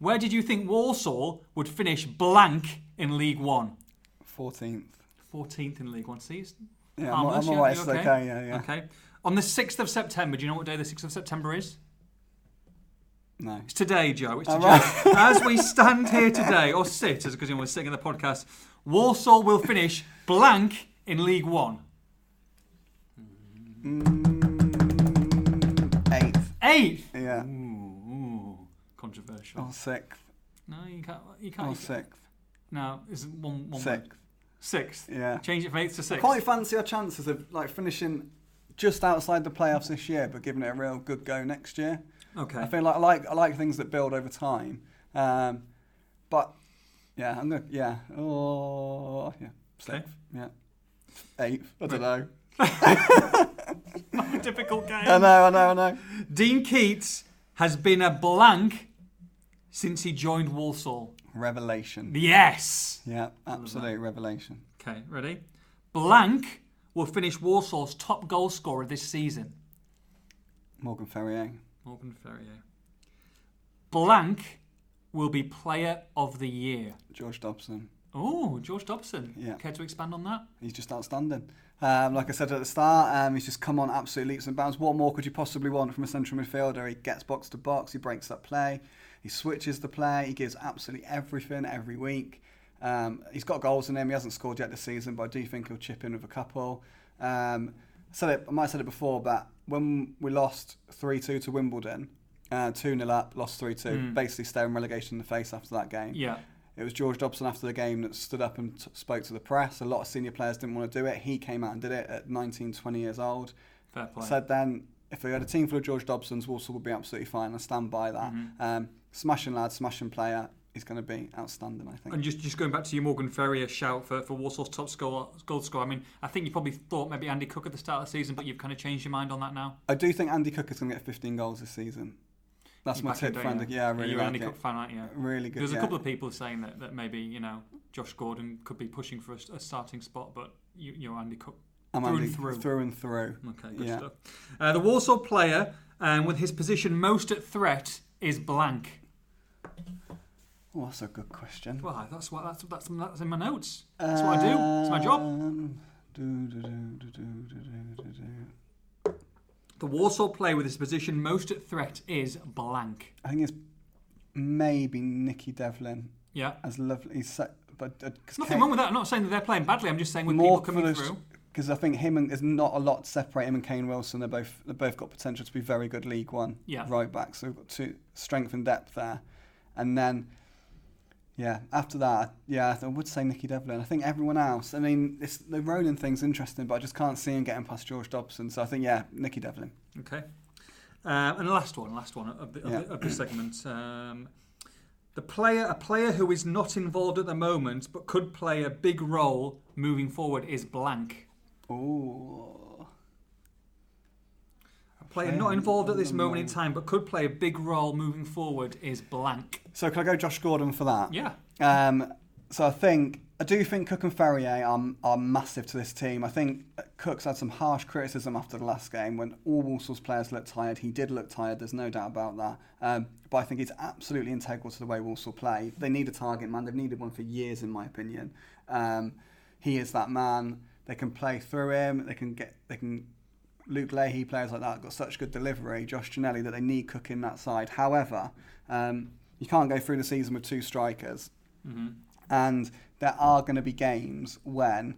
Speaker 1: Where did you think Warsaw would finish blank in League One?
Speaker 2: Fourteenth.
Speaker 1: 14th in League One. See, it's
Speaker 2: Yeah, I'm,
Speaker 1: harmless.
Speaker 2: I'm
Speaker 1: yeah,
Speaker 2: alright.
Speaker 1: you
Speaker 2: It's okay. Yeah, yeah.
Speaker 1: Okay. On the 6th of September, do you know what day the 6th of September is?
Speaker 2: No.
Speaker 1: It's today, Joe. It's
Speaker 2: All
Speaker 1: today. As we stand here today, or sit, as because you know, we're sitting in the podcast, Warsaw will finish blank in League One.
Speaker 2: Mm, eighth.
Speaker 1: Eighth.
Speaker 2: Yeah.
Speaker 1: Ooh, ooh, controversial.
Speaker 2: Or sixth.
Speaker 1: No, you can't. You can't.
Speaker 2: Or
Speaker 1: you can't-
Speaker 2: sixth.
Speaker 1: No, it's one. one word.
Speaker 2: Sixth.
Speaker 1: Sixth.
Speaker 2: Yeah.
Speaker 1: Change it from eighth to sixth.
Speaker 2: Quite fancy our chances of like finishing just outside the playoffs this year, but giving it a real good go next year. I
Speaker 1: Okay.
Speaker 2: feel like I like I like things that build over time. Um, but yeah, I'm gonna yeah. Oh yeah. Sixth. Yeah. Eighth. I don't know.
Speaker 1: Difficult game.
Speaker 2: I know, I know, I know.
Speaker 1: Um, Dean Keats has been a blank since he joined Walsall.
Speaker 2: Revelation.
Speaker 1: Yes.
Speaker 2: Yeah, absolute revelation.
Speaker 1: Okay, ready? Blank will finish Warsaw's top goal scorer this season.
Speaker 2: Morgan Ferrier.
Speaker 1: Morgan Ferrier. Blank will be player of the year.
Speaker 2: George Dobson.
Speaker 1: Oh, George Dobson.
Speaker 2: Yeah.
Speaker 1: Care to expand on that?
Speaker 2: He's just outstanding. Um, like I said at the start, um, he's just come on absolute leaps and bounds. What more could you possibly want from a central midfielder? He gets box to box, he breaks up play, he switches the play, he gives absolutely everything every week. Um, he's got goals in him. He hasn't scored yet this season, but I do think he'll chip in with a couple. Um, I said it. I might have said it before, but when we lost three two to Wimbledon, uh, two 0 up, lost three two, basically staring relegation in the face after that game.
Speaker 1: Yeah.
Speaker 2: It was George Dobson after the game that stood up and t- spoke to the press. A lot of senior players didn't want to do it. He came out and did it at 19, 20 years old.
Speaker 1: Fair play.
Speaker 2: Said then, if we had a team full of George Dobsons, Walsall would be absolutely fine. I stand by that.
Speaker 1: Mm-hmm.
Speaker 2: Um, smashing lad, smashing player. He's going to be outstanding, I think.
Speaker 1: and just, just going back to your Morgan Ferrier shout for, for Warsaw's top score, goal scorer, I mean, I think you probably thought maybe Andy Cook at the start of the season, but you've kind of changed your mind on that now.
Speaker 2: I do think Andy Cook is going to get 15 goals this season. That's
Speaker 1: You
Speaker 2: my
Speaker 1: back him,
Speaker 2: tip for
Speaker 1: don't
Speaker 2: Andy.
Speaker 1: you?
Speaker 2: Yeah, I really
Speaker 1: You're an
Speaker 2: like
Speaker 1: Andy
Speaker 2: it.
Speaker 1: Cook fan, aren't you?
Speaker 2: Really good.
Speaker 1: There's
Speaker 2: yeah.
Speaker 1: a couple of people saying that, that maybe you know Josh Gordon could be pushing for a, s- a starting spot, but you, you're Andy Cook.
Speaker 2: I'm
Speaker 1: through
Speaker 2: Andy,
Speaker 1: and through.
Speaker 2: Through and through.
Speaker 1: Okay, good
Speaker 2: Yeah.
Speaker 1: stuff. Uh, the Warsaw player um, with his position most at threat is blank.
Speaker 2: Oh, that's a good question.
Speaker 1: Well, that's what that's that's that's in my notes. That's what I do. It's my job.
Speaker 2: Um, do, do, do, do, do, do, do, do, do.
Speaker 1: The Warsaw player with his position most at threat is blank.
Speaker 2: I think it's maybe Nicky Devlin
Speaker 1: Yeah.
Speaker 2: as lovely. He's so, but uh, because
Speaker 1: Nothing wrong with that. I'm not saying that they're playing badly. I'm just saying with people coming through.
Speaker 2: because I think him and there's not a lot to separate him and Kane Wilson. They're both they both got potential to be very good League One
Speaker 1: Yeah.
Speaker 2: right backs. So we've got two strength and depth there, and then. Yeah, after that, yeah, I, th- I would say Nicky Devlin. I think everyone else. I mean, this, the Ronan thing's interesting, but I just can't see him getting past George Dobson. So I think, yeah, Nicky Devlin.
Speaker 1: Okay. Um, and last one, last one of the, of
Speaker 2: Yeah.
Speaker 1: the, of the segment. Um, the player, a player who is not involved at the moment but could play a big role moving forward is blank.
Speaker 2: Oh,
Speaker 1: A player not involved at this moment in time but could play a big role moving forward is blank.
Speaker 2: so can I go Josh Gordon for that?
Speaker 1: Yeah.
Speaker 2: Um, so I think I do think Cook and Ferrier are, are massive to this team. I think Cook's had some harsh criticism after the last game when all Walsall's players looked tired. He did look tired. There's no doubt about that. Um, but I think he's absolutely integral to the way Walsall play. They need a target man. They've needed one for years, in my opinion. Um, he is that man. They can play through him. They can get. They can. Luke Leahy, players like that, got such good delivery. Josh Ginelli that they need Cook in that side. However, um, you can't go through the season with two strikers. And there are going to be games when.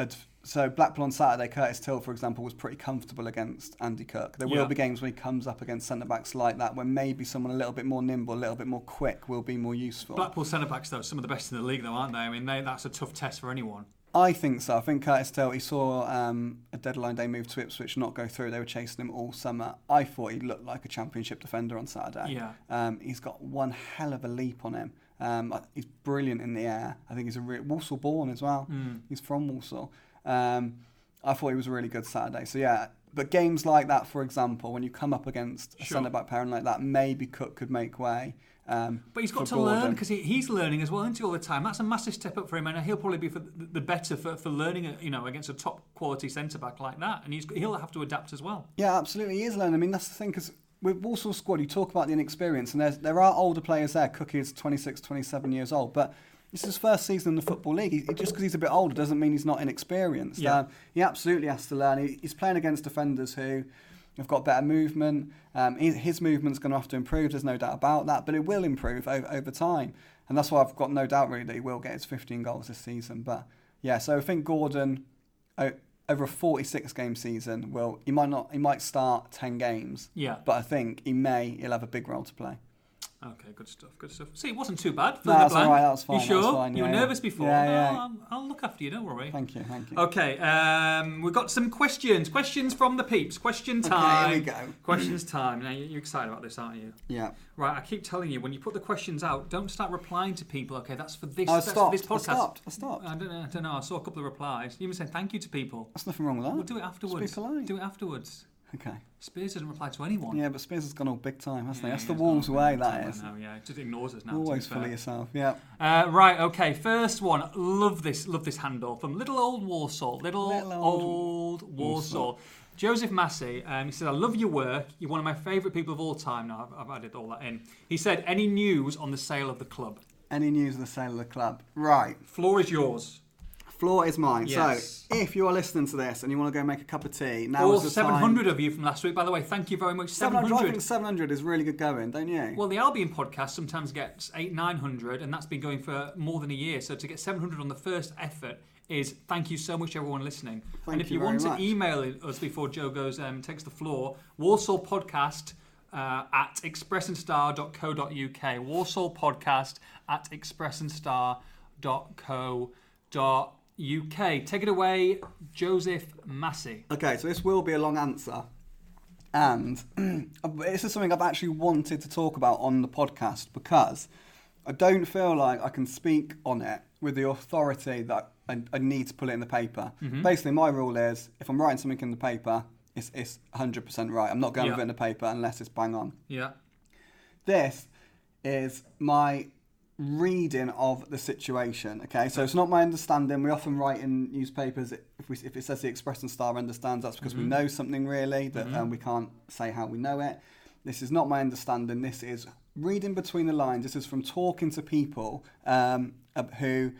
Speaker 2: ad- So Blackpool on Saturday, Curtis Till, for example, was pretty comfortable against Andy Kirk. There
Speaker 1: Yeah.
Speaker 2: will be games when he comes up against centre backs like that, where maybe someone a little bit more nimble, a little bit more quick, will be more useful.
Speaker 1: Blackpool centre backs though, some of the best in the league though, aren't they? I mean, they, that's a tough test for anyone.
Speaker 2: I think so. I think Curtis Till, he saw um, a deadline day move to Ipswich not go through. They were chasing him all summer. I thought he looked like a championship defender on Saturday.
Speaker 1: Yeah.
Speaker 2: Um, he's got one hell of a leap on him. Um, I- he's brilliant in the air. I think he's a real Walsall born as well.
Speaker 1: Hmm.
Speaker 2: He's from Walsall. Um, I thought he was a really good Saturday. So yeah, but games like that, for example, when you come up against a
Speaker 1: Sure.
Speaker 2: centre back pairing like that, maybe Cook could make way. Um,
Speaker 1: But he's got
Speaker 2: for
Speaker 1: to learn
Speaker 2: Gordon.
Speaker 1: because he, he's learning as well, isn't he, all the time? That's a massive step up for him, and he'll probably be for the, the better for, for learning, uh, you know, against a top quality centre back like that. And he's, he'll have to adapt as well.
Speaker 2: Yeah, absolutely. He is learning. I mean, that's the thing because with Walsall squad, you talk about the inexperience, and there's, there are older players there. Cookie is 26, 27 years old, but this is his first season in the Football League. He, just because he's a bit older doesn't mean he's not inexperienced.
Speaker 1: Yeah.
Speaker 2: Um, he absolutely has to learn. He, he's playing against defenders who We've got better movement. Um, his, his movement's going to have to improve. There's no doubt about that, but it will improve over, over time, and that's why I've got no doubt really that he will get his 15 goals this season. But yeah, so I think Gordon o- over a 46 game season will he might not he might start 10 games,
Speaker 1: Yeah.
Speaker 2: but I think he may he'll have a big role to play.
Speaker 1: Okay, good stuff. Good stuff. See, it wasn't too bad. fill
Speaker 2: No,
Speaker 1: in the
Speaker 2: that's
Speaker 1: blank.
Speaker 2: all right, that was fine,
Speaker 1: You
Speaker 2: that
Speaker 1: sure?
Speaker 2: was fine,
Speaker 1: you were
Speaker 2: yeah, yeah.
Speaker 1: nervous before.
Speaker 2: Yeah,
Speaker 1: no,
Speaker 2: yeah.
Speaker 1: I'm- I'll look after you. Don't worry.
Speaker 2: Thank you, thank you.
Speaker 1: Okay, um, we've got some questions. Questions from the peeps. Question time.
Speaker 2: Okay, here we go.
Speaker 1: Questions time. Now you- you're excited about this, aren't you?
Speaker 2: Yeah.
Speaker 1: Right, I keep telling you when you put the questions out, don't start replying to people. Okay, that's for this.
Speaker 2: I
Speaker 1: that's for
Speaker 2: stopped.
Speaker 1: this
Speaker 2: I
Speaker 1: podcast. Uh,
Speaker 2: stopped. I stopped.
Speaker 1: I don't know. I don't know. I saw a couple of replies. You even said thank you to people.
Speaker 2: That's nothing wrong with that.
Speaker 1: We'll do it afterwards.
Speaker 2: Oh, polite.
Speaker 1: Do it afterwards.
Speaker 2: Okay.
Speaker 1: Spears doesn't reply to anyone.
Speaker 2: Yeah, but Spears has gone all big time, hasn't
Speaker 1: Yeah,
Speaker 2: he? That's
Speaker 1: yeah,
Speaker 2: the
Speaker 1: it's
Speaker 2: Wolves'
Speaker 1: not-
Speaker 2: way,
Speaker 1: it's not
Speaker 2: that
Speaker 1: right
Speaker 2: is.
Speaker 1: now, yeah, it just ignores us now. to be
Speaker 2: Always full
Speaker 1: fair.
Speaker 2: of yourself, yeah.
Speaker 1: Uh, right, okay. First one. Love this. Love this handle from little old Warsaw. Little,
Speaker 2: Little
Speaker 1: old,
Speaker 2: old
Speaker 1: Warsaw. Joseph Massey. Um, he says, "I love your work. You're one of my favourite people of all time." Now I've, I've added all that in. He said, "Any news on the sale of the club?
Speaker 2: Any news of the sale of the club? Right.
Speaker 1: Floor is yours."
Speaker 2: Floor is mine.
Speaker 1: Yes.
Speaker 2: So, if you are listening to this and you want to go make a cup of tea, now
Speaker 1: All
Speaker 2: is the
Speaker 1: 700
Speaker 2: time.
Speaker 1: of you from last week, by the way. Thank you very much.
Speaker 2: 700. I
Speaker 1: 700.
Speaker 2: think 700 is really good going, don't you?
Speaker 1: Well, the Albion podcast sometimes gets eight, nine hundred, and that's been going for more than a year. So to get seven hundred on the first effort is thank you so much, everyone listening.
Speaker 2: Thank
Speaker 1: and if you,
Speaker 2: you very
Speaker 1: want
Speaker 2: much.
Speaker 1: to email it- us before Joe goes um, takes the floor, Warsaw Podcast uh, at expressandstar.co.uk. Warsaw Podcast at expressandstar.co.uk. Take it away, Joseph Massey.
Speaker 2: Okay, so this will be a long answer. And uh, this is something I've actually wanted to talk about on the podcast because I don't feel like I can speak on it with the authority that I, I need to put it in the paper. Basically, my rule is if I'm writing something in the paper, it's, it's 100% right. I'm not going with
Speaker 1: Yeah.
Speaker 2: it in the paper unless it's bang on.
Speaker 1: Yeah.
Speaker 2: This is my reading of the situation. Okay, so it's not my understanding. We often write in newspapers if we if it says the Express and Star understands, that's because we know something really that um, we can't say how we know it. This is not my understanding. This is reading between the lines. This is from talking to people um, ab- who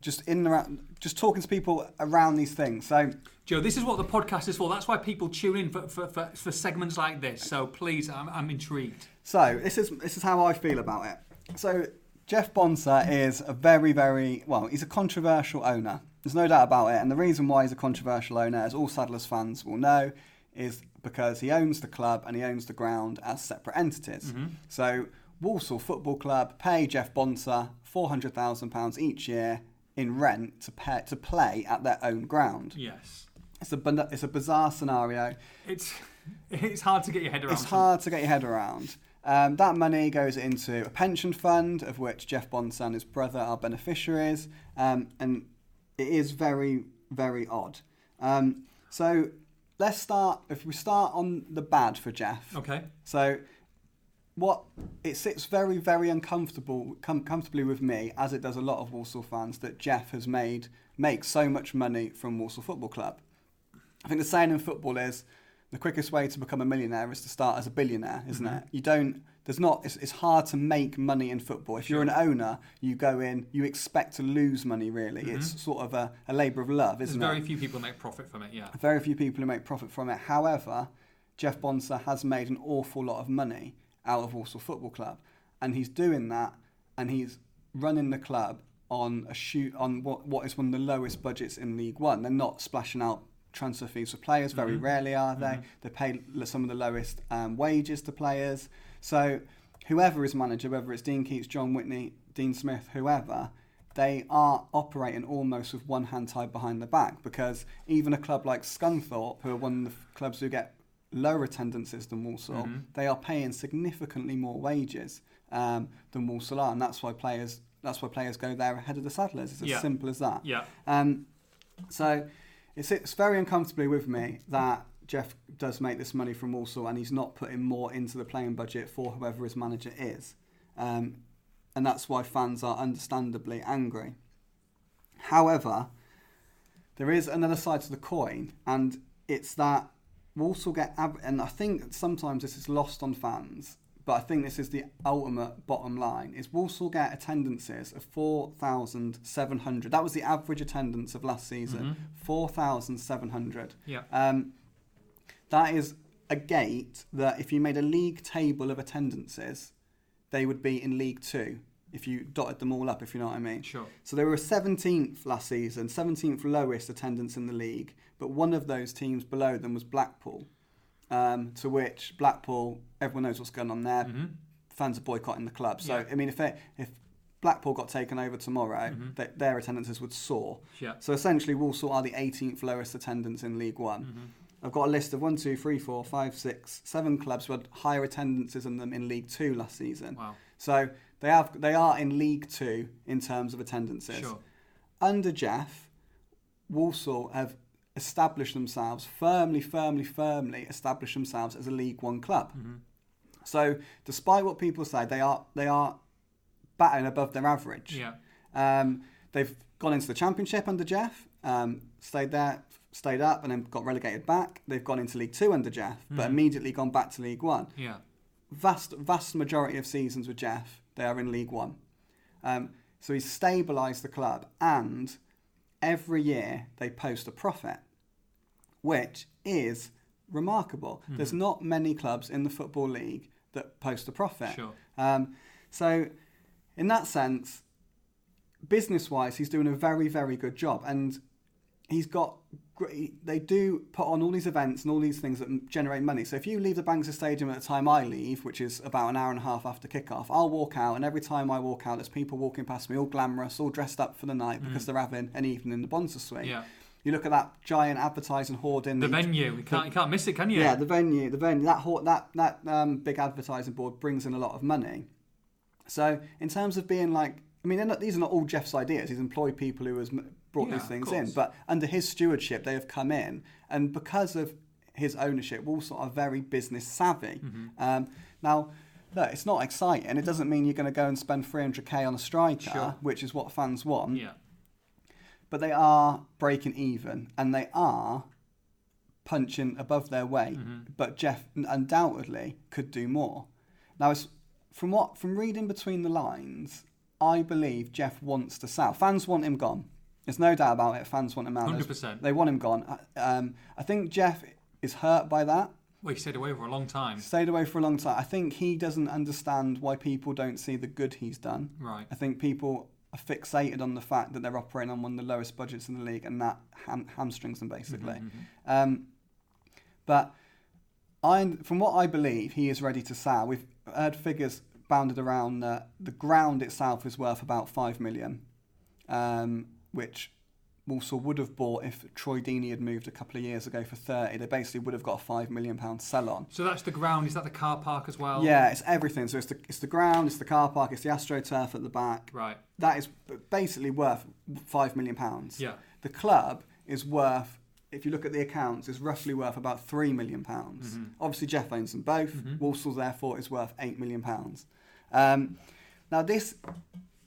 Speaker 2: just in and around, just talking to people around these things. So
Speaker 1: Joe, this is what the podcast is for. That's why people tune in for, for, for, for segments like this. So please, I'm, I'm intrigued.
Speaker 2: So this is this is how I feel about it. So Jeff Bonser is a very very well, he's a controversial owner. There's no doubt about it, and the reason why he's a controversial owner, as all Saddlers fans will know, is because he owns the club and he owns the ground as separate entities. So Walsall Football Club pay Jeff Bonser four hundred thousand pounds each year in rent to pay, to play at their own ground.
Speaker 1: Yes.
Speaker 2: It's a bana- it's a bizarre scenario.
Speaker 1: It's it's hard to get your head around.
Speaker 2: It's hard to get your head around. Um, that money goes into a pension fund, of which Jeff Bonson and his brother are beneficiaries, um, and it is very, very odd. Um, so let's start. If we start on the bad for Jeff,
Speaker 1: Okay.
Speaker 2: so what it sits very, very uncomfortable, com- comfortably with me, as it does a lot of Walsall fans, that Jeff has made make so much money from Walsall Football Club. I think the saying in football is the quickest way to become a millionaire is to start as a billionaire, isn't it? You don't. There's not. It's, it's hard to make money in football. If you're an owner, you go in. You expect to lose money. Really, it's sort of a, a labour of love,
Speaker 1: There's
Speaker 2: isn't it?
Speaker 1: very few people make profit from it. Yeah.
Speaker 2: Very few people who make profit from it. However, Jeff Bonser has made an awful lot of money out of Walsall Football Club, and he's doing that, and he's running the club on a shoot on what what is one of the lowest budgets in League One. They're not splashing out transfer fees for players. Very rarely are they. They pay l- some of the lowest um, wages to players. So whoever is manager, whether it's Dean Keats, John Whitney, Dean Smith, whoever, they are operating almost with one hand tied behind the back because even a club like Scunthorpe, who are one of the f- clubs who get lower attendances than Walsall, they are paying significantly more wages um, than Walsall are, and that's why players that's why players go there ahead of the Saddlers. It's as
Speaker 1: Yeah.
Speaker 2: simple as that.
Speaker 1: Yeah.
Speaker 2: Um, so it sits very uncomfortably with me that Jeff does make this money from Walsall and he's not putting more into the playing budget for whoever his manager is. Um, and that's why fans are understandably angry. However, there is another side to the coin, and it's that Walsall get, ab- and I think sometimes this is lost on fans, but I think this is the ultimate bottom line: is Walsall get attendances of four thousand seven hundred. That was the average attendance of last season, thousand seven hundred.
Speaker 1: Yeah.
Speaker 2: Um, that is a gate that if you made a league table of attendances, they would be in League Two if you dotted them all up, if you know what I mean.
Speaker 1: Sure.
Speaker 2: So they were 17th last season, 17th lowest attendance in the league, but one of those teams below them was Blackpool. Um, to which Blackpool, everyone knows what's going on there. Fans are boycotting the club. So
Speaker 1: Mm-hmm. Yeah.
Speaker 2: I mean, if they, if Blackpool got taken over tomorrow,
Speaker 1: Mm-hmm.
Speaker 2: th- their attendances would soar.
Speaker 1: Yeah.
Speaker 2: So essentially, Walsall are the 18th lowest attendance in League One.
Speaker 1: Mm-hmm.
Speaker 2: I've got a list of one, two, three, four, five, six, seven clubs who had higher attendances than them in League Two last season.
Speaker 1: Wow.
Speaker 2: So they have they are in League Two in terms of attendances.
Speaker 1: Sure.
Speaker 2: Under Jeff, Walsall have established themselves firmly, firmly, firmly established themselves as a League One club.
Speaker 1: Mm-hmm.
Speaker 2: So despite what people say, they are they are batting above their average.
Speaker 1: Yeah.
Speaker 2: Um, they've gone into the championship under Jeff, um, stayed there, stayed up, and then got relegated back. They've gone into League Two under Jeff, but
Speaker 1: Mm-hmm.
Speaker 2: immediately gone back to League One.
Speaker 1: Yeah.
Speaker 2: Vast, vast majority of seasons with Jeff, they are in League One. Um, so he's stabilised the club, and every year they post a profit, which is remarkable. There's not many clubs in the Football League that post a profit.
Speaker 1: Sure.
Speaker 2: Um, so, in that sense, business wise, he's doing a very, very good job. And he's got great, they do put on all these events and all these things that m- generate money. So, if you leave the Banks Stadium at the time I leave, which is about an hour and a half after kickoff, I'll walk out. And every time I walk out, there's people walking past me, all glamorous, all dressed up for the night because they're having an evening in the Bonser Suite.
Speaker 1: Mm. Yeah.
Speaker 2: You look at that giant advertising hoarding.
Speaker 1: The
Speaker 2: that you-
Speaker 1: venue. You can't, you can't miss it, can you?
Speaker 2: yeah, the venue, the venue, that hor- that that um, big advertising board brings in a lot of money. So in terms of being like, I mean, they're not, these are not all Jeff's ideas. He's employed people who has m- brought
Speaker 1: Yeah,
Speaker 2: these
Speaker 1: of
Speaker 2: things
Speaker 1: course.
Speaker 2: in, but under his stewardship, they have come in, and because of his ownership, Walsall are very business savvy.
Speaker 1: Mm-hmm.
Speaker 2: Um, now. Look, it's not exciting. It doesn't mean you're going to go and spend 300k on a striker,
Speaker 1: Sure.
Speaker 2: which is what fans want
Speaker 1: yeah.
Speaker 2: but they are breaking even and they are punching above their weight. But Jeff undoubtedly could do more. Now, it's, from what from reading between the lines, I believe Jeff wants to sell. Fans want him gone. There's no doubt about it. Fans want him out.
Speaker 1: 100%.
Speaker 2: They want him gone. I- Um, I think Jeff is hurt by that.
Speaker 1: Well, you stayed away for a long time.
Speaker 2: Stayed away for a long time. I think he doesn't understand why people don't see the good he's done.
Speaker 1: Right.
Speaker 2: I think people are fixated on the fact that they're operating on one of the lowest budgets in the league, and that ham- hamstrings them basically. Um, but I, from what I believe, he is ready to sell. We've heard figures bounded around that the ground itself is worth about five million, um, which Walsall would have bought if Troy Deeney had moved a couple of years ago for thirty. They basically would have got a five million pound sell on.
Speaker 1: So that's the ground. Is that the car park as well?
Speaker 2: Yeah, it's everything. So it's the it's the ground, it's the car park, it's the astroturf at the back
Speaker 1: Right.
Speaker 2: that is basically worth five million pounds.
Speaker 1: Yeah.
Speaker 2: The club is worth, if you look at the accounts, is roughly worth about three million pounds. Obviously, Jeff owns them both. Walsall, therefore, is worth eight million pounds. Um, now, this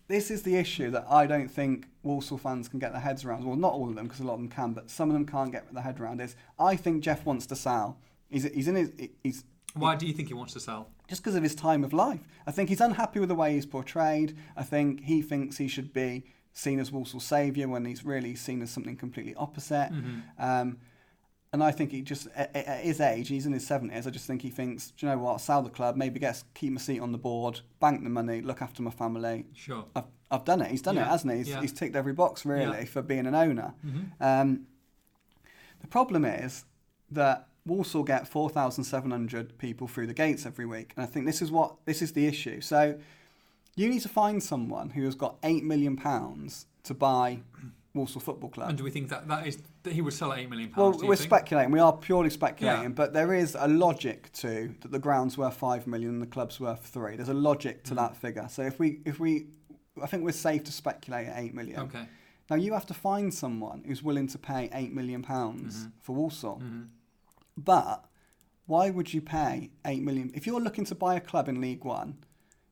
Speaker 2: this is the issue that I don't think Walsall fans can get their heads around. Well, not all of them, because a lot of them can, but some of them can't get their head around. Is I think Jeff wants to sell. He's he's in his he's
Speaker 1: Why do you think he wants to sell?
Speaker 2: just because of his time of life. I think he's unhappy with the way he's portrayed. I think he thinks he should be seen as Walsall's saviour when he's really seen as something completely opposite. Um, and I think he just, at, at- at his age, he's in his 70s, I just think he thinks, do you know what, I'll sell the club, maybe get keep my seat on the board, bank the money, look after my family.
Speaker 1: Sure.
Speaker 2: I've, I've done it. He's done it,
Speaker 1: Oh. Yeah,
Speaker 2: hasn't he? He's,
Speaker 1: yeah.
Speaker 2: he's ticked every box, really,
Speaker 1: Yeah. Mm-hmm.
Speaker 2: for being an owner. Um, the problem is that Walsall get 4,700 people through the gates every week, and I think this is what this is the issue. So you need to find someone who has got eight million pounds to buy Walsall Football Club.
Speaker 1: And do we think that that is that he would sell at eight million
Speaker 2: Well,
Speaker 1: pounds? do you
Speaker 2: we're
Speaker 1: think?
Speaker 2: speculating. We are purely speculating,
Speaker 1: Yeah.
Speaker 2: but there is a logic to that. The ground's worth five million, and the club's worth three. There's a logic
Speaker 1: Hmm.
Speaker 2: to that figure. So if we, if we, I think we're safe to speculate at eight million.
Speaker 1: Okay.
Speaker 2: Now you have to find someone who's willing to pay eight million pounds
Speaker 1: Mm-hmm.
Speaker 2: for Walsall. But why would you pay eight million? If you're looking to buy a club in League One,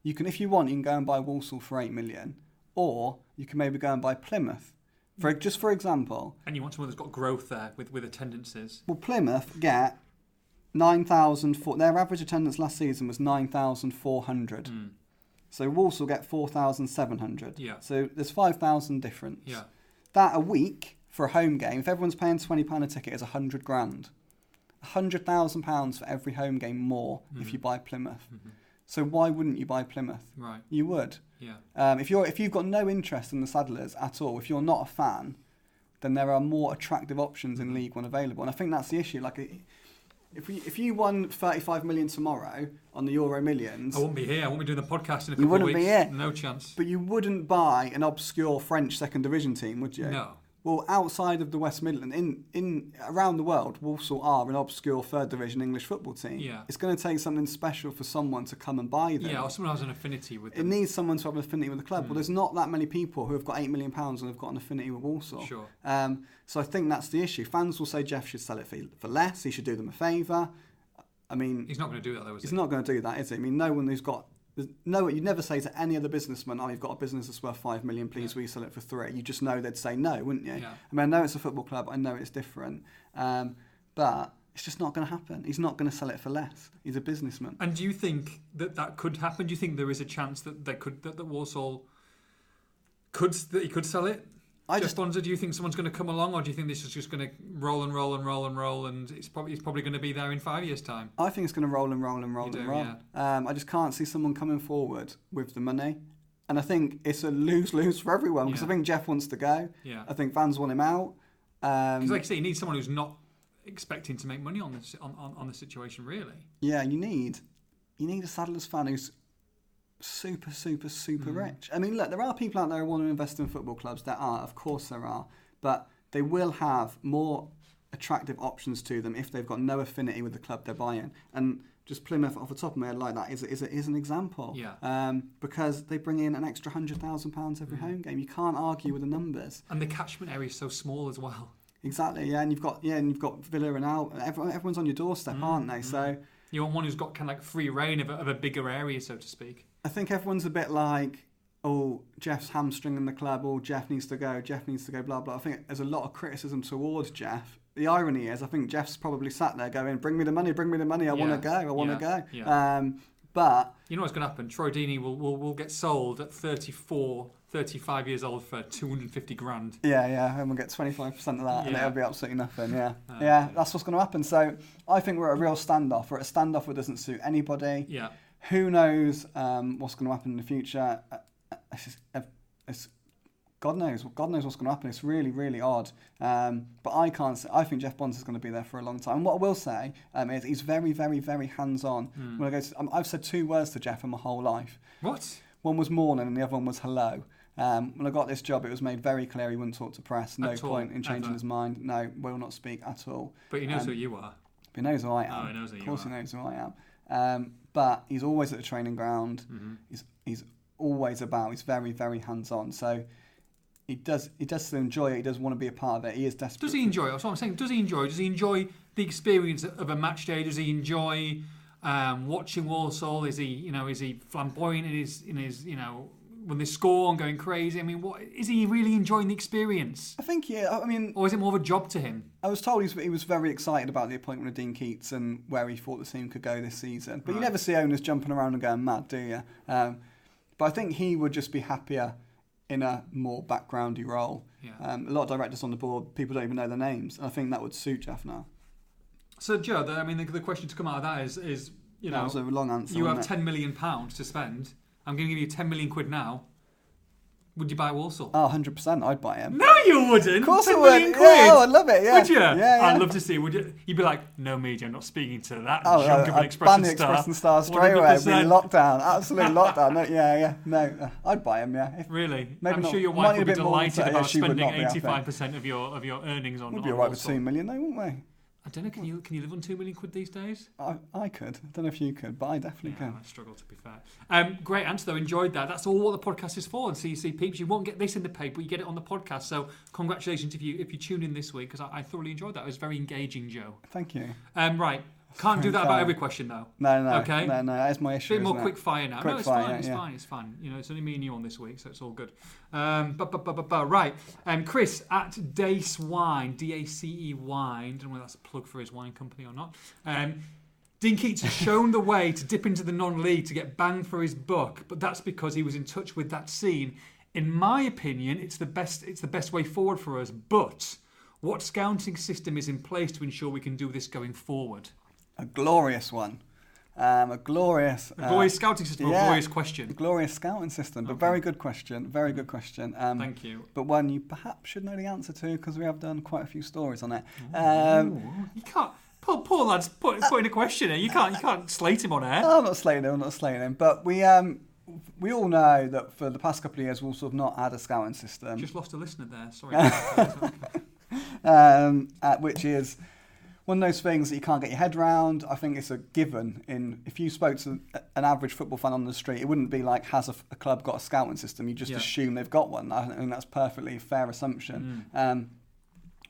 Speaker 2: you can, if you want, you can go and buy Walsall for eight million, or you can maybe go and buy Plymouth. For
Speaker 1: Hmm.
Speaker 2: just for example,
Speaker 1: And you want someone that's got growth there with with attendances.
Speaker 2: well, Plymouth get nine thousand four. Their average attendance last season was nine thousand four hundred. So Walsall get four thousand seven hundred.
Speaker 1: Hmm. Yeah.
Speaker 2: So there's five thousand difference.
Speaker 1: Yeah.
Speaker 2: That a week for a home game, if everyone's paying twenty pound a ticket, is hundred grand. £100,000 for every home game more
Speaker 1: Hmm.
Speaker 2: if you buy Plymouth.
Speaker 1: Mm-hmm.
Speaker 2: So why wouldn't you buy Plymouth?
Speaker 1: Right.
Speaker 2: You would.
Speaker 1: Yeah.
Speaker 2: Um, if you're if you've got no interest in the Saddlers at all, if you're not a fan, then there are more attractive options in League One available, and I think that's the issue. Like, i- if we if you won 35 million tomorrow on the Euro Millions,
Speaker 1: I won't be here. I won't be doing the podcast in a couple
Speaker 2: You
Speaker 1: of
Speaker 2: wouldn't
Speaker 1: weeks.
Speaker 2: be here.
Speaker 1: No chance.
Speaker 2: but you wouldn't buy an obscure French second division team, would you?
Speaker 1: No.
Speaker 2: Well, outside of the West Midlands, in in around the world, Walsall are an obscure third division English football team.
Speaker 1: Yeah.
Speaker 2: It's going to take something special for someone to come and buy them.
Speaker 1: Yeah, or someone has an affinity with
Speaker 2: It
Speaker 1: them.
Speaker 2: needs someone to have an affinity with the club. Well,
Speaker 1: Mm.
Speaker 2: there's not that many people who have got eight million pounds and have got an affinity with Walsall.
Speaker 1: Sure.
Speaker 2: Um, so I think that's the issue. Fans will say Jeff should sell it for, for less. He should do them a favour. I mean,
Speaker 1: He's not going to do that, though, is
Speaker 2: he's
Speaker 1: he?
Speaker 2: not going to do that, is he? I mean, no one who's got there's- no, you never say to any other businessman, "Oh, you've got a business that's worth five million. Please, we sell it for three. You just know they'd say no, wouldn't you?
Speaker 1: Yeah.
Speaker 2: I mean, I know it's a football club. I know it's different, um, but it's just not going to happen. He's not going to sell it for less. He's a businessman.
Speaker 1: And do you think that that could happen? Do you think there is a chance that they could that, that Warsaw could that he could sell it?
Speaker 2: I
Speaker 1: Jeff
Speaker 2: just-
Speaker 1: Bonza, do you think someone's going to come along, or do you think this is just going to roll and roll and roll and roll, and it's probably it's probably going to be there in five years' time?
Speaker 2: I think it's going to roll and roll and roll
Speaker 1: do,
Speaker 2: and roll. Um, I just can't see someone coming forward with the money. And I think it's a lose lose for everyone because
Speaker 1: Yeah.
Speaker 2: I think Jeff wants to go.
Speaker 1: Yeah,
Speaker 2: I think fans want him out. Um,
Speaker 1: because like I say, you need someone who's not expecting to make money on this on, on, on the situation, really.
Speaker 2: yeah, you need you need a Saddlers fan who's super super super rich. I mean, look, there are people out there who want to invest in football clubs. There are, of course, there are, but they will have more attractive options to them if they've got no affinity with the club they're buying. And just Plymouth off the top of my head like that is is, is an example.
Speaker 1: Yeah.
Speaker 2: Um, because they bring in an extra hundred thousand pounds every home game. You can't argue with the numbers.
Speaker 1: And the catchment area is so small as well.
Speaker 2: Exactly. Yeah, and you've got yeah, and you've got Villa and out. Everyone, everyone's on your doorstep, aren't they? So.
Speaker 1: You want one who's got kind of like free reign of a, of a bigger area, so to speak.
Speaker 2: I think everyone's a bit like, oh, Jeff's hamstringing the club, oh, Jeff needs to go, Jeff needs to go, blah, blah. I think there's a lot of criticism towards Jeff. The irony is, I think Jeff's probably sat there going, bring me the money, bring me the money, I want
Speaker 1: Yeah,
Speaker 2: to go, I want to
Speaker 1: yeah,
Speaker 2: go.
Speaker 1: yeah.
Speaker 2: Um, but
Speaker 1: You know what's going to happen? Troy Deeney will, will, will get sold at 34, 35 years old for 250 grand.
Speaker 2: Yeah, yeah, and we'll get 25% of that, and
Speaker 1: Yeah. Uh,
Speaker 2: it'll be absolutely nothing. Yeah, yeah, that's what's going to happen. So I think we're at a real standoff. We're at a standoff that doesn't suit anybody.
Speaker 1: Yeah.
Speaker 2: Who knows um, what's going to happen in the future? Uh, uh, It's, just- uh, it's- God knows. God knows what's going to happen. It's really, really odd. Um, but I can't. Say, I think Jeff Bonds is going to be there for a long time. And what I will say um, is he's very, very, very hands-on.
Speaker 1: Hmm.
Speaker 2: When I go to, um, I've said two words to Jeff in my whole life.
Speaker 1: What?
Speaker 2: One was morning and the other one was hello. Um, when I got this job, it was made very clear he wouldn't talk to press. No
Speaker 1: At all,
Speaker 2: point in changing
Speaker 1: ever.
Speaker 2: his mind. No, will not speak at all.
Speaker 1: But he knows who you are.
Speaker 2: But he knows who I am.
Speaker 1: Oh, he knows who
Speaker 2: Um, of
Speaker 1: you
Speaker 2: course,
Speaker 1: are.
Speaker 2: he knows who I am. Um, but he's always at the training ground.
Speaker 1: Mm-hmm.
Speaker 2: He's he's always about. He's very very hands on. So he does he does still enjoy it. He does want to be a part of it. He is desperate.
Speaker 1: Does he enjoy it? That's what I'm saying. Does he enjoy? Does he enjoy the experience of a match day? Does he enjoy um, watching Walsall? Is he, you know, is he flamboyant in his, in his, you know, when they score and going crazy? I mean, what is he really enjoying the experience,
Speaker 2: I think yeah. I mean,
Speaker 1: or is it more of a job to him?
Speaker 2: I was told he's, he was very excited about the appointment of Dean Keats and where he thought the team could go this season. But you never see owners jumping around and going mad, do you? Um, but I think he would just be happier in a more backgroundy role.
Speaker 1: Yeah.
Speaker 2: Um, a lot of directors on the board, people don't even know their names. And I think that would suit Jeff now.
Speaker 1: So, Joe, the, I mean, the, the question to come out of that is, is you
Speaker 2: that
Speaker 1: know,
Speaker 2: was a long answer.
Speaker 1: you have
Speaker 2: wasn't it?
Speaker 1: ten million pounds to spend. I'm going to give you ten million quid now. Would you buy Walsall?
Speaker 2: Oh, 100%, I'd buy him.
Speaker 1: no, you wouldn't.
Speaker 2: Of course I
Speaker 1: 10
Speaker 2: would.
Speaker 1: million
Speaker 2: Yeah,
Speaker 1: quid.
Speaker 2: oh, I'd love it. Yeah.
Speaker 1: Would you?
Speaker 2: Yeah, yeah.
Speaker 1: I'd love to see. Would you? You'd be like, no, media, I'm not speaking to that
Speaker 2: Oh,
Speaker 1: junk
Speaker 2: uh,
Speaker 1: of an
Speaker 2: I'd
Speaker 1: Express
Speaker 2: ban
Speaker 1: and
Speaker 2: the
Speaker 1: Star.
Speaker 2: Express and Star straight away. It'd be
Speaker 1: 100%.
Speaker 2: lockdown, absolute lockdown. No, yeah, yeah, no, uh, I'd buy him. Yeah, If-
Speaker 1: Really?
Speaker 2: Maybe
Speaker 1: I'm
Speaker 2: not.
Speaker 1: sure your
Speaker 2: Might
Speaker 1: wife
Speaker 2: need
Speaker 1: would
Speaker 2: a
Speaker 1: be
Speaker 2: bit more than
Speaker 1: delighted
Speaker 2: that. Yeah,
Speaker 1: about
Speaker 2: she would
Speaker 1: spending
Speaker 2: not be happy.
Speaker 1: 85% of your of your earnings on.
Speaker 2: we'd be
Speaker 1: on
Speaker 2: alright with
Speaker 1: Walsall.
Speaker 2: two million, though, wouldn't we?
Speaker 1: I don't know. Can you can you live on two million quid these days?
Speaker 2: I, I could. I don't know if you could, but I definitely
Speaker 1: Yeah,
Speaker 2: could.
Speaker 1: I struggle to be fair. Um, great answer though. Enjoyed that. That's all what the podcast is for. And CC peeps, you won't get this in the paper. You get it on the podcast. So congratulations if you if you tune in this week because I, I thoroughly enjoyed that. It was very engaging, Joe.
Speaker 2: Thank you.
Speaker 1: Um, right. Can't do that about every question though.
Speaker 2: No, no,
Speaker 1: Okay.
Speaker 2: no, no. That's my
Speaker 1: A
Speaker 2: issue.
Speaker 1: bit more
Speaker 2: isn't it?
Speaker 1: quick fire now.
Speaker 2: Quick
Speaker 1: no, it's
Speaker 2: fire,
Speaker 1: fine. It's
Speaker 2: yeah.
Speaker 1: fine. It's fine. You know, it's only me and you on this week, so it's all good. Um, but, but, but, but, but, right. Um, Chris at Dace Wine, D A C E Wine. Don't know whether that's a plug for his wine company or not. Um, Dean Keats has shown the way to dip into the non-league to get bang for his buck, but that's because he was in touch with that scene. In my opinion, it's the best. It's the best way forward for us. But What scouting system is in place to ensure we can do this going forward?
Speaker 2: A glorious one. Um, a glorious.
Speaker 1: A glorious scouting system, or a
Speaker 2: yeah.
Speaker 1: glorious question.
Speaker 2: glorious scouting system, but very good question. Very good question. Um,
Speaker 1: Thank you.
Speaker 2: But one you perhaps should know the answer to because we have done quite a few stories on it. Um,
Speaker 1: Ooh, you can't. Poor, poor lad's put, putting a question here. You can't. You can't slate him on air.
Speaker 2: I'm not slating him. I'm not slating him. But we um, we all know that for the past couple of years, we've sort of not had a scouting system.
Speaker 1: Just lost a listener there. Sorry.
Speaker 2: um, uh, which is one of those things that you can't get your head round. I think it's a given. In if you spoke to an average football fan on the street, it wouldn't be like has a, f- a club got a scouting system. You just
Speaker 1: Yeah.
Speaker 2: assume they've got one. I think that's perfectly fair assumption. Um,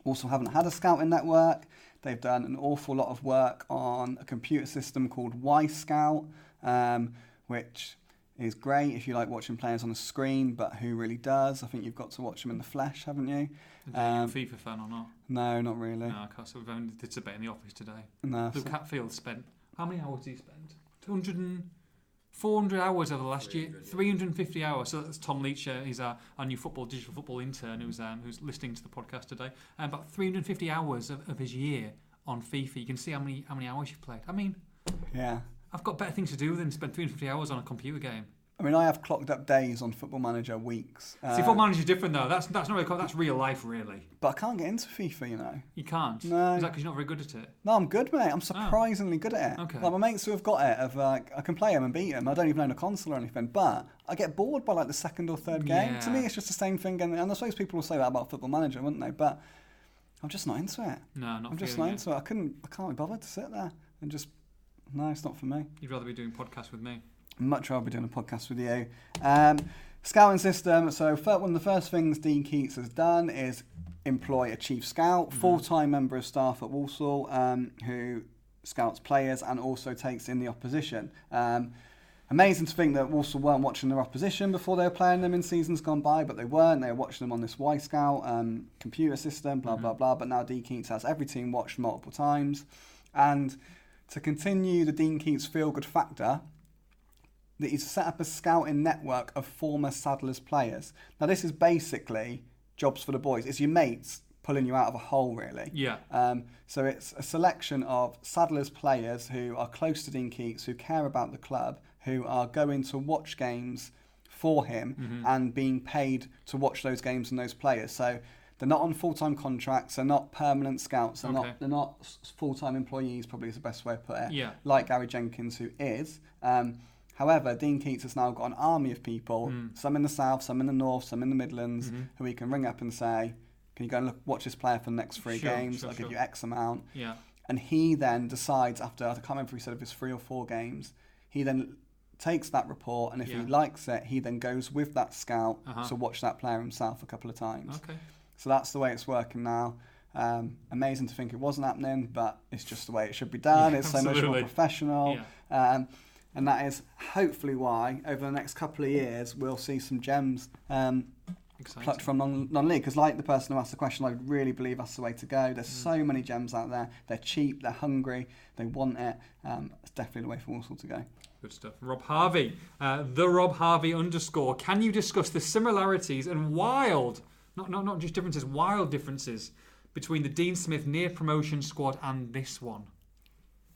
Speaker 2: also, haven't had a scouting network. They've done an awful lot of work on a computer system called Y Scout, um, which is great if you like watching players on the screen, but who really does? I think you've got to watch them in the flesh, haven't you?
Speaker 1: Are you a
Speaker 2: Um,
Speaker 1: FIFA fan or not?
Speaker 2: no, not really.
Speaker 1: No, I can't. So we've only did debate in the office today.
Speaker 2: No,
Speaker 1: Luke Hatfield spent how many hours did he spend? 200 and 400 hours over the last year, 350 hours. So that's Tom Leach. Uh, he's our, our new football digital football intern who's um, who's listening to the podcast today. Um, about 350 hours of, of his year on FIFA. You can see how many how many hours you've played. I mean,
Speaker 2: yeah.
Speaker 1: I've got better things to do than spend 350 hours on a computer game.
Speaker 2: I mean, I have clocked up days on Football Manager weeks, uh,
Speaker 1: See, football manager's different though. That's that's not really, co- that's real life really.
Speaker 2: but I can't get into FIFA. You know,
Speaker 1: You can't.
Speaker 2: No.
Speaker 1: Is that 'cause you're not very good at it?
Speaker 2: no, I'm good, mate. I'm surprisingly good at it.
Speaker 1: Oh. Okay.
Speaker 2: Like my mates who have got it, have like I can play them and beat them. I don't even own a console or anything, but I get bored by like the second or third game. To me,
Speaker 1: Yeah.
Speaker 2: it's just the same thing. And, and I suppose people will say that about Football Manager, wouldn't they? But I'm just not into it.
Speaker 1: No, not
Speaker 2: I'm just not
Speaker 1: feeling it.
Speaker 2: into it. I couldn't. I can't be bothered to sit there and just. No, it's not for me.
Speaker 1: You'd rather be doing podcasts with me.
Speaker 2: much rather be doing a podcast with you. Um, scouting system. So fir- one of the first things Dean Keats has done is employ a chief scout, full-time member of staff at Walsall, um, who scouts players and also takes in the opposition. Um, Amazing to think that Walsall weren't watching their opposition before they were playing them in seasons gone by, but they weren't. They were watching them on this Y Scout um, computer system, blah, blah, blah. But now Dean Keats has every team watched multiple times. And to continue the Dean Keats feel good factor, that he's set up a scouting network of former Saddlers players. Now, this is basically jobs for the boys. It's your mates pulling you out of a hole, really.
Speaker 1: Yeah.
Speaker 2: Um, so it's a selection of Saddlers players who are close to Dean Keats, who care about the club, who are going to watch games for him
Speaker 1: Mm-hmm.
Speaker 2: and being paid to watch those games and those players. So they're not on full-time contracts, they're not permanent scouts, they're
Speaker 1: Okay.
Speaker 2: not they're not s- full-time employees. Probably is the best way to put it
Speaker 1: Yeah.
Speaker 2: like Gary Jenkins, who is. Um, however, Dean Keats has now got an army of people,
Speaker 1: Hmm.
Speaker 2: some in the south, some in the north, some in the Midlands,
Speaker 1: Mm-hmm.
Speaker 2: who he can ring up and say, "Can you go and look, watch this player for the next three
Speaker 1: Sure,
Speaker 2: games?
Speaker 1: sure,
Speaker 2: I'll
Speaker 1: sure.
Speaker 2: give you X amount."
Speaker 1: Yeah.
Speaker 2: And he then decides after I can't remember if he said if it's three or four games, he then takes that report and if
Speaker 1: Yeah.
Speaker 2: he likes it, he then goes with that scout
Speaker 1: Uh-huh.
Speaker 2: to watch that player himself a couple of times.
Speaker 1: Okay.
Speaker 2: So that's the way it's working now. Um, amazing to think it wasn't happening, but it's just the way it should be done.
Speaker 1: Yeah,
Speaker 2: it's so much
Speaker 1: absolutely.
Speaker 2: more professional. Um, and that is hopefully why, over the next couple of years, we'll see some gems um,
Speaker 1: Exciting.
Speaker 2: plucked from non- non-league. Because like the person who asked the question, I really believe that's the way to go. There's so many gems out there. They're cheap, they're hungry, they want it. Um, it's definitely the way for Walsall to go.
Speaker 1: Good stuff. Rob Harvey, uh, the Rob Harvey underscore. Can you discuss the similarities and wild, not not not just differences, wild differences between the Dean Smith near promotion squad and this one?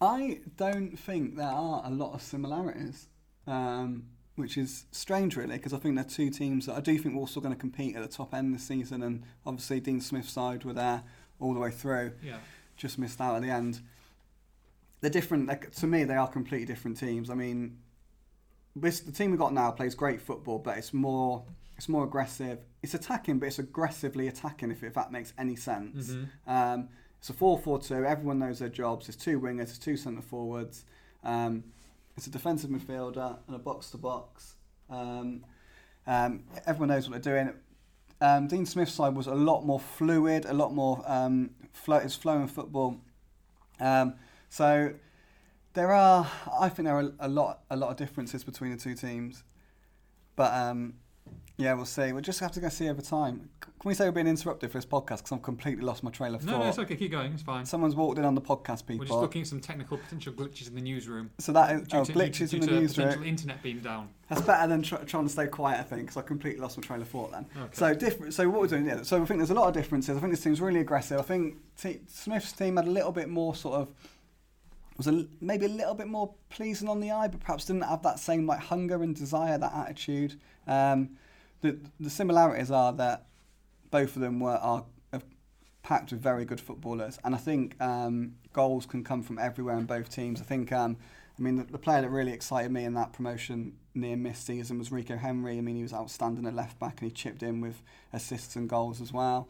Speaker 2: I don't think there are a lot of similarities, um, which is strange, really, because I think they're two teams that I do think we're also going to compete at the top end this season, and obviously Dean Smith's side were there all the way through,
Speaker 1: Yeah.
Speaker 2: just missed out at the end. They're different. Like, to me, they are completely different teams. I mean, this, the team we've got now plays great football, but it's more it's more aggressive. It's attacking, but it's aggressively attacking. If, if that makes any sense.
Speaker 1: Mm-hmm.
Speaker 2: Um, it's a 4 4 2. Everyone knows their jobs. There's two wingers, there's two centre forwards. Um, it's a defensive midfielder and a box to box. Um, um, Everyone knows what they're doing. Um, Dean Smith's side was a lot more fluid, a lot more um, flow, it's flowing football. Um, so there are, I think there are a lot, a lot of differences between the two teams, but um, Yeah, we'll see. We'll just have to go see over time. C- Can we say we're being interrupted for this podcast? Because I've completely lost my trail of
Speaker 1: No,
Speaker 2: thought.
Speaker 1: no, it's okay. Keep going. It's fine.
Speaker 2: Someone's walked in on the podcast, people.
Speaker 1: We're just looking at some technical potential glitches in the newsroom.
Speaker 2: so that is
Speaker 1: Due
Speaker 2: oh,
Speaker 1: to-
Speaker 2: glitches
Speaker 1: due
Speaker 2: in the
Speaker 1: to
Speaker 2: newsroom.
Speaker 1: Potential internet being down.
Speaker 2: That's better than tr- trying to stay quiet, I think, because I completely lost my trail of thought then.
Speaker 1: Okay.
Speaker 2: So different. So what we're doing? Yeah, so I think there's a lot of differences. I think this team's really aggressive. I think t- Smith's team had a little bit more sort of was a, l- maybe a little bit more pleasing on the eye, but perhaps didn't have that same like hunger and desire, that attitude. Um, the the similarities are that both of them were are have packed with very good footballers, and I think um, goals can come from everywhere in both teams. I think. Um, I mean, the, the player that really excited me in that promotion near miss season was Rico Henry. I mean, he was outstanding at left back and he chipped in with assists and goals as well.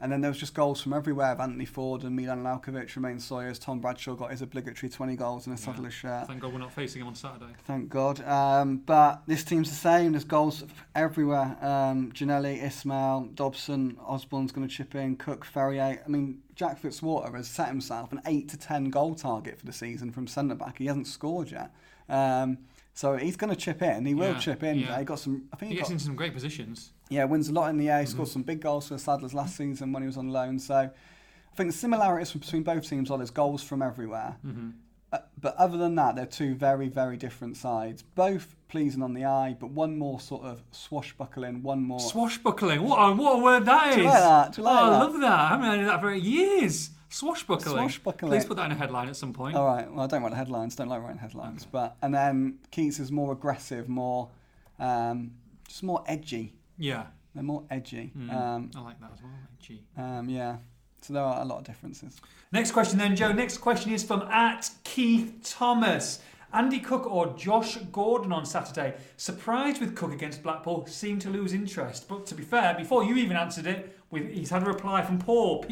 Speaker 2: And then there was just goals from everywhere. Anthony Ford and Milan Laukovic, Romain Sawyers, Tom Bradshaw got his obligatory 20 goals in a
Speaker 1: Yeah.
Speaker 2: Saddler shirt.
Speaker 1: Thank God we're not facing him on Saturday.
Speaker 2: Thank God. Um, but this team's the same. There's goals everywhere. Um, Ginelli, Ismail, Dobson, Osborne's going to chip in. Cook, Ferrier. I mean, Jack Fitzwater has set himself an eight to ten goal target for the season from centre back. He hasn't scored yet, um, so he's going to chip in. He will
Speaker 1: Yeah,
Speaker 2: chip in.
Speaker 1: yeah.
Speaker 2: He got some. I think
Speaker 1: He
Speaker 2: he
Speaker 1: gets
Speaker 2: got,
Speaker 1: into some great positions.
Speaker 2: yeah wins a lot in the air. He scored some big goals for the Saddlers last season when he was on loan. So I think the similarities between both teams are there's goals from everywhere.
Speaker 1: Mm-hmm.
Speaker 2: Uh, but other than that, they're two very, very different sides. Both pleasing on the eye, but one more sort of swashbuckling, one more.
Speaker 1: Swashbuckling. What a, what a word that is.
Speaker 2: Oh. Do you like that? Do you like
Speaker 1: oh, I
Speaker 2: that?
Speaker 1: love that. I haven't heard that for years. Swashbuckling.
Speaker 2: Swashbuckling. Oh.
Speaker 1: Please put that in a headline at some point.
Speaker 2: All right, well, I don't write the headlines, don't like writing headlines. But And then Keats is more aggressive, more. Um, just more edgy.
Speaker 1: yeah.
Speaker 2: They're more edgy.
Speaker 1: Mm.
Speaker 2: Um,
Speaker 1: I like that as well. Gee.
Speaker 2: um, yeah. So there are a lot of differences.
Speaker 1: Next question then, Joe. Next question is from at Keith Thomas. Andy Cook or Josh Gordon on Saturday. Surprised with Cook against Blackpool, seemed to lose interest. But to be fair, before you even answered it, we've, he's had a reply from Paul,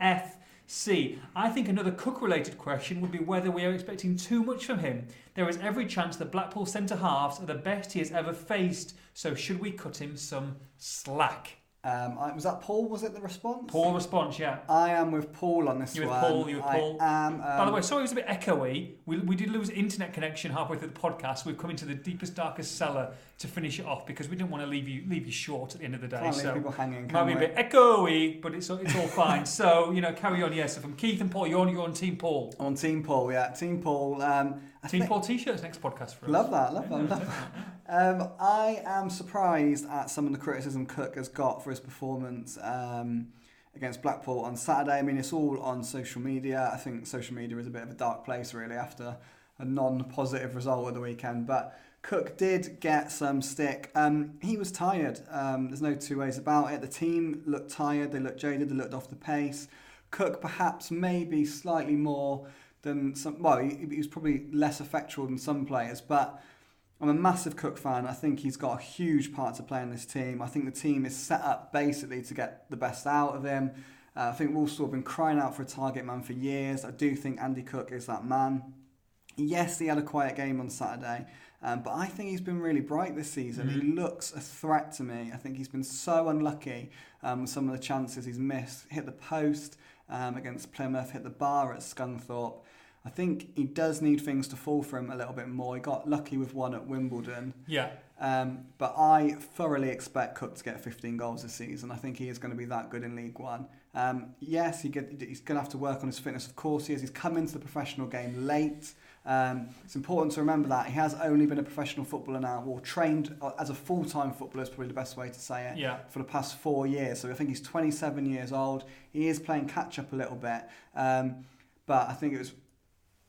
Speaker 1: PTWFC. I think another Cook related question would be whether we are expecting too much from him. There is every chance the Blackpool centre halves are the best he has ever faced, so should we cut him some slack?
Speaker 2: Um, I, was that Paul, was it the response?
Speaker 1: Paul response, yeah.
Speaker 2: I am with Paul on this
Speaker 1: You're with
Speaker 2: one.
Speaker 1: Paul, you're with
Speaker 2: I
Speaker 1: Paul.
Speaker 2: am. Um,
Speaker 1: By the way, sorry it was a bit echoey. We, we did lose internet connection halfway through the podcast. We've come into the deepest, darkest cellar to finish it off because we didn't want to leave you leave you short at the end of the day.
Speaker 2: can't leave
Speaker 1: so
Speaker 2: people hanging.
Speaker 1: might
Speaker 2: Can
Speaker 1: be a
Speaker 2: we?
Speaker 1: bit echoey, but it's, all- it's all fine. so, you know, carry on. Yes, so from Keith and Paul, you're on, you're on Team Paul.
Speaker 2: On Team Paul, yeah. Team Paul. Um, I
Speaker 1: Team
Speaker 2: think-
Speaker 1: Paul t shirts next podcast for us.
Speaker 2: Love that, love that, love that. Um, I am surprised at some of the criticism Cook has got for his performance um, against Blackpool on Saturday. I mean, it's all on social media. I think social media is a bit of a dark place, really, after a non positive result at the weekend. But Cook did get some stick. Um, he was tired. Um, there's no two ways about it. The team looked tired, they looked jaded, they looked off the pace. Cook perhaps maybe slightly more than some. Well, he, he was probably less effectual than some players, but I'm a massive Cook fan. I think he's got a huge part to play in this team. I think the team is set up basically to get the best out of him. Uh, I think Walsall have been crying out for a target man for years. I do think Andy Cook is that man. Yes, he had a quiet game on Saturday, um, but I think he's been really bright this season. He looks a threat to me. I think he's been so unlucky um, with some of the chances he's missed. Hit the post um, against Plymouth, hit the bar at Scunthorpe. I think he does need things to fall for him a little bit more. He got lucky with one at Wimbledon.
Speaker 1: Yeah.
Speaker 2: Um, but I thoroughly expect Cook to get 15 goals this season. I think he is going to be that good in League One. Um, yes, he get, he's going to have to work on his fitness, of course he is. He's come into the professional game late. Um, it's important to remember that. He has only been a professional footballer now, or trained uh, as a full time footballer, is probably the best way to say it
Speaker 1: Yeah.
Speaker 2: for the past four years. So I think he's 27 years old. He is playing catch up a little bit. Um, but I think it was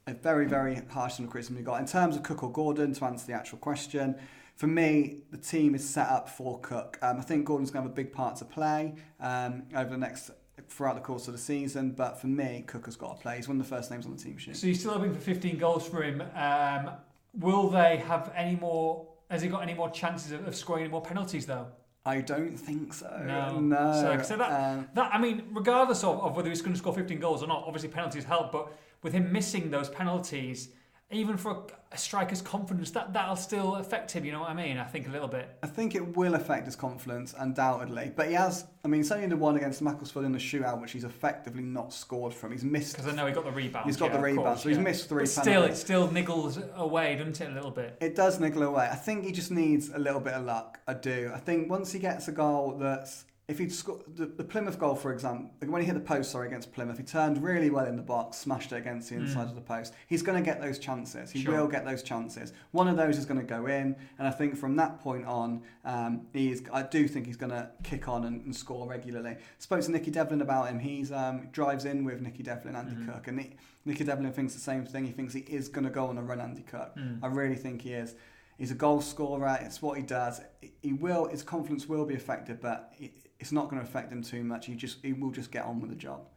Speaker 2: a very, very harsh sort of criticism he got. In terms of Cook or Gordon, to answer the actual question, for me, the team is set up for Cook. Um, I think Gordon's going to have a big part to play um, over the next throughout the course of the season. But for me, Cook has got to play. He's one of the first names on the team sheet.
Speaker 1: So you're still hoping for 15 goals for him. Um, will they have any more? Has he got any more chances of, of scoring any more penalties, though?
Speaker 2: I don't think so.
Speaker 1: No.
Speaker 2: no.
Speaker 1: So- so that-
Speaker 2: Um,
Speaker 1: That I mean, regardless of, of whether he's going to score 15 goals or not, obviously penalties help. But with him missing those penalties, even for a, a striker's confidence, that that'll still affect him. You know what I mean? I think a little bit.
Speaker 2: I think it will affect his confidence, undoubtedly. But he has, I mean, it's only the one against Macclesfield in the shootout, which he's effectively not scored from. He's missed.
Speaker 1: Because I know he got the rebound.
Speaker 2: He's got
Speaker 1: yeah,
Speaker 2: the
Speaker 1: of
Speaker 2: rebound,
Speaker 1: course,
Speaker 2: so he's
Speaker 1: yeah.
Speaker 2: missed three
Speaker 1: But still, it
Speaker 2: penalties.
Speaker 1: still niggles away, doesn't it, a little bit?
Speaker 2: It does niggle away. I think he just needs a little bit of luck. I do. I think once he gets a goal that's. If he'd scored the, the Plymouth goal, for example, when he hit the post, sorry, against Plymouth, he turned really well in the box, smashed it against the inside of the post. He's going to get those chances. He
Speaker 1: Sure.
Speaker 2: will get those chances. One of those is going to go in, and I think from that point on, um, he is, I do think he's going to kick on and, and score regularly. Spoke to Nicky Devlin about him. He's um, drives in with Nicky Devlin, Andy Cook, and he, Nicky Devlin thinks the same thing. He thinks he is going to go on and run Andy Cook.
Speaker 1: Hmm.
Speaker 2: I really think he is. He's a goal scorer. It's what he does. He will. His confidence will be affected, but it- it's not going to affect him too much. He just he will just get on with the job.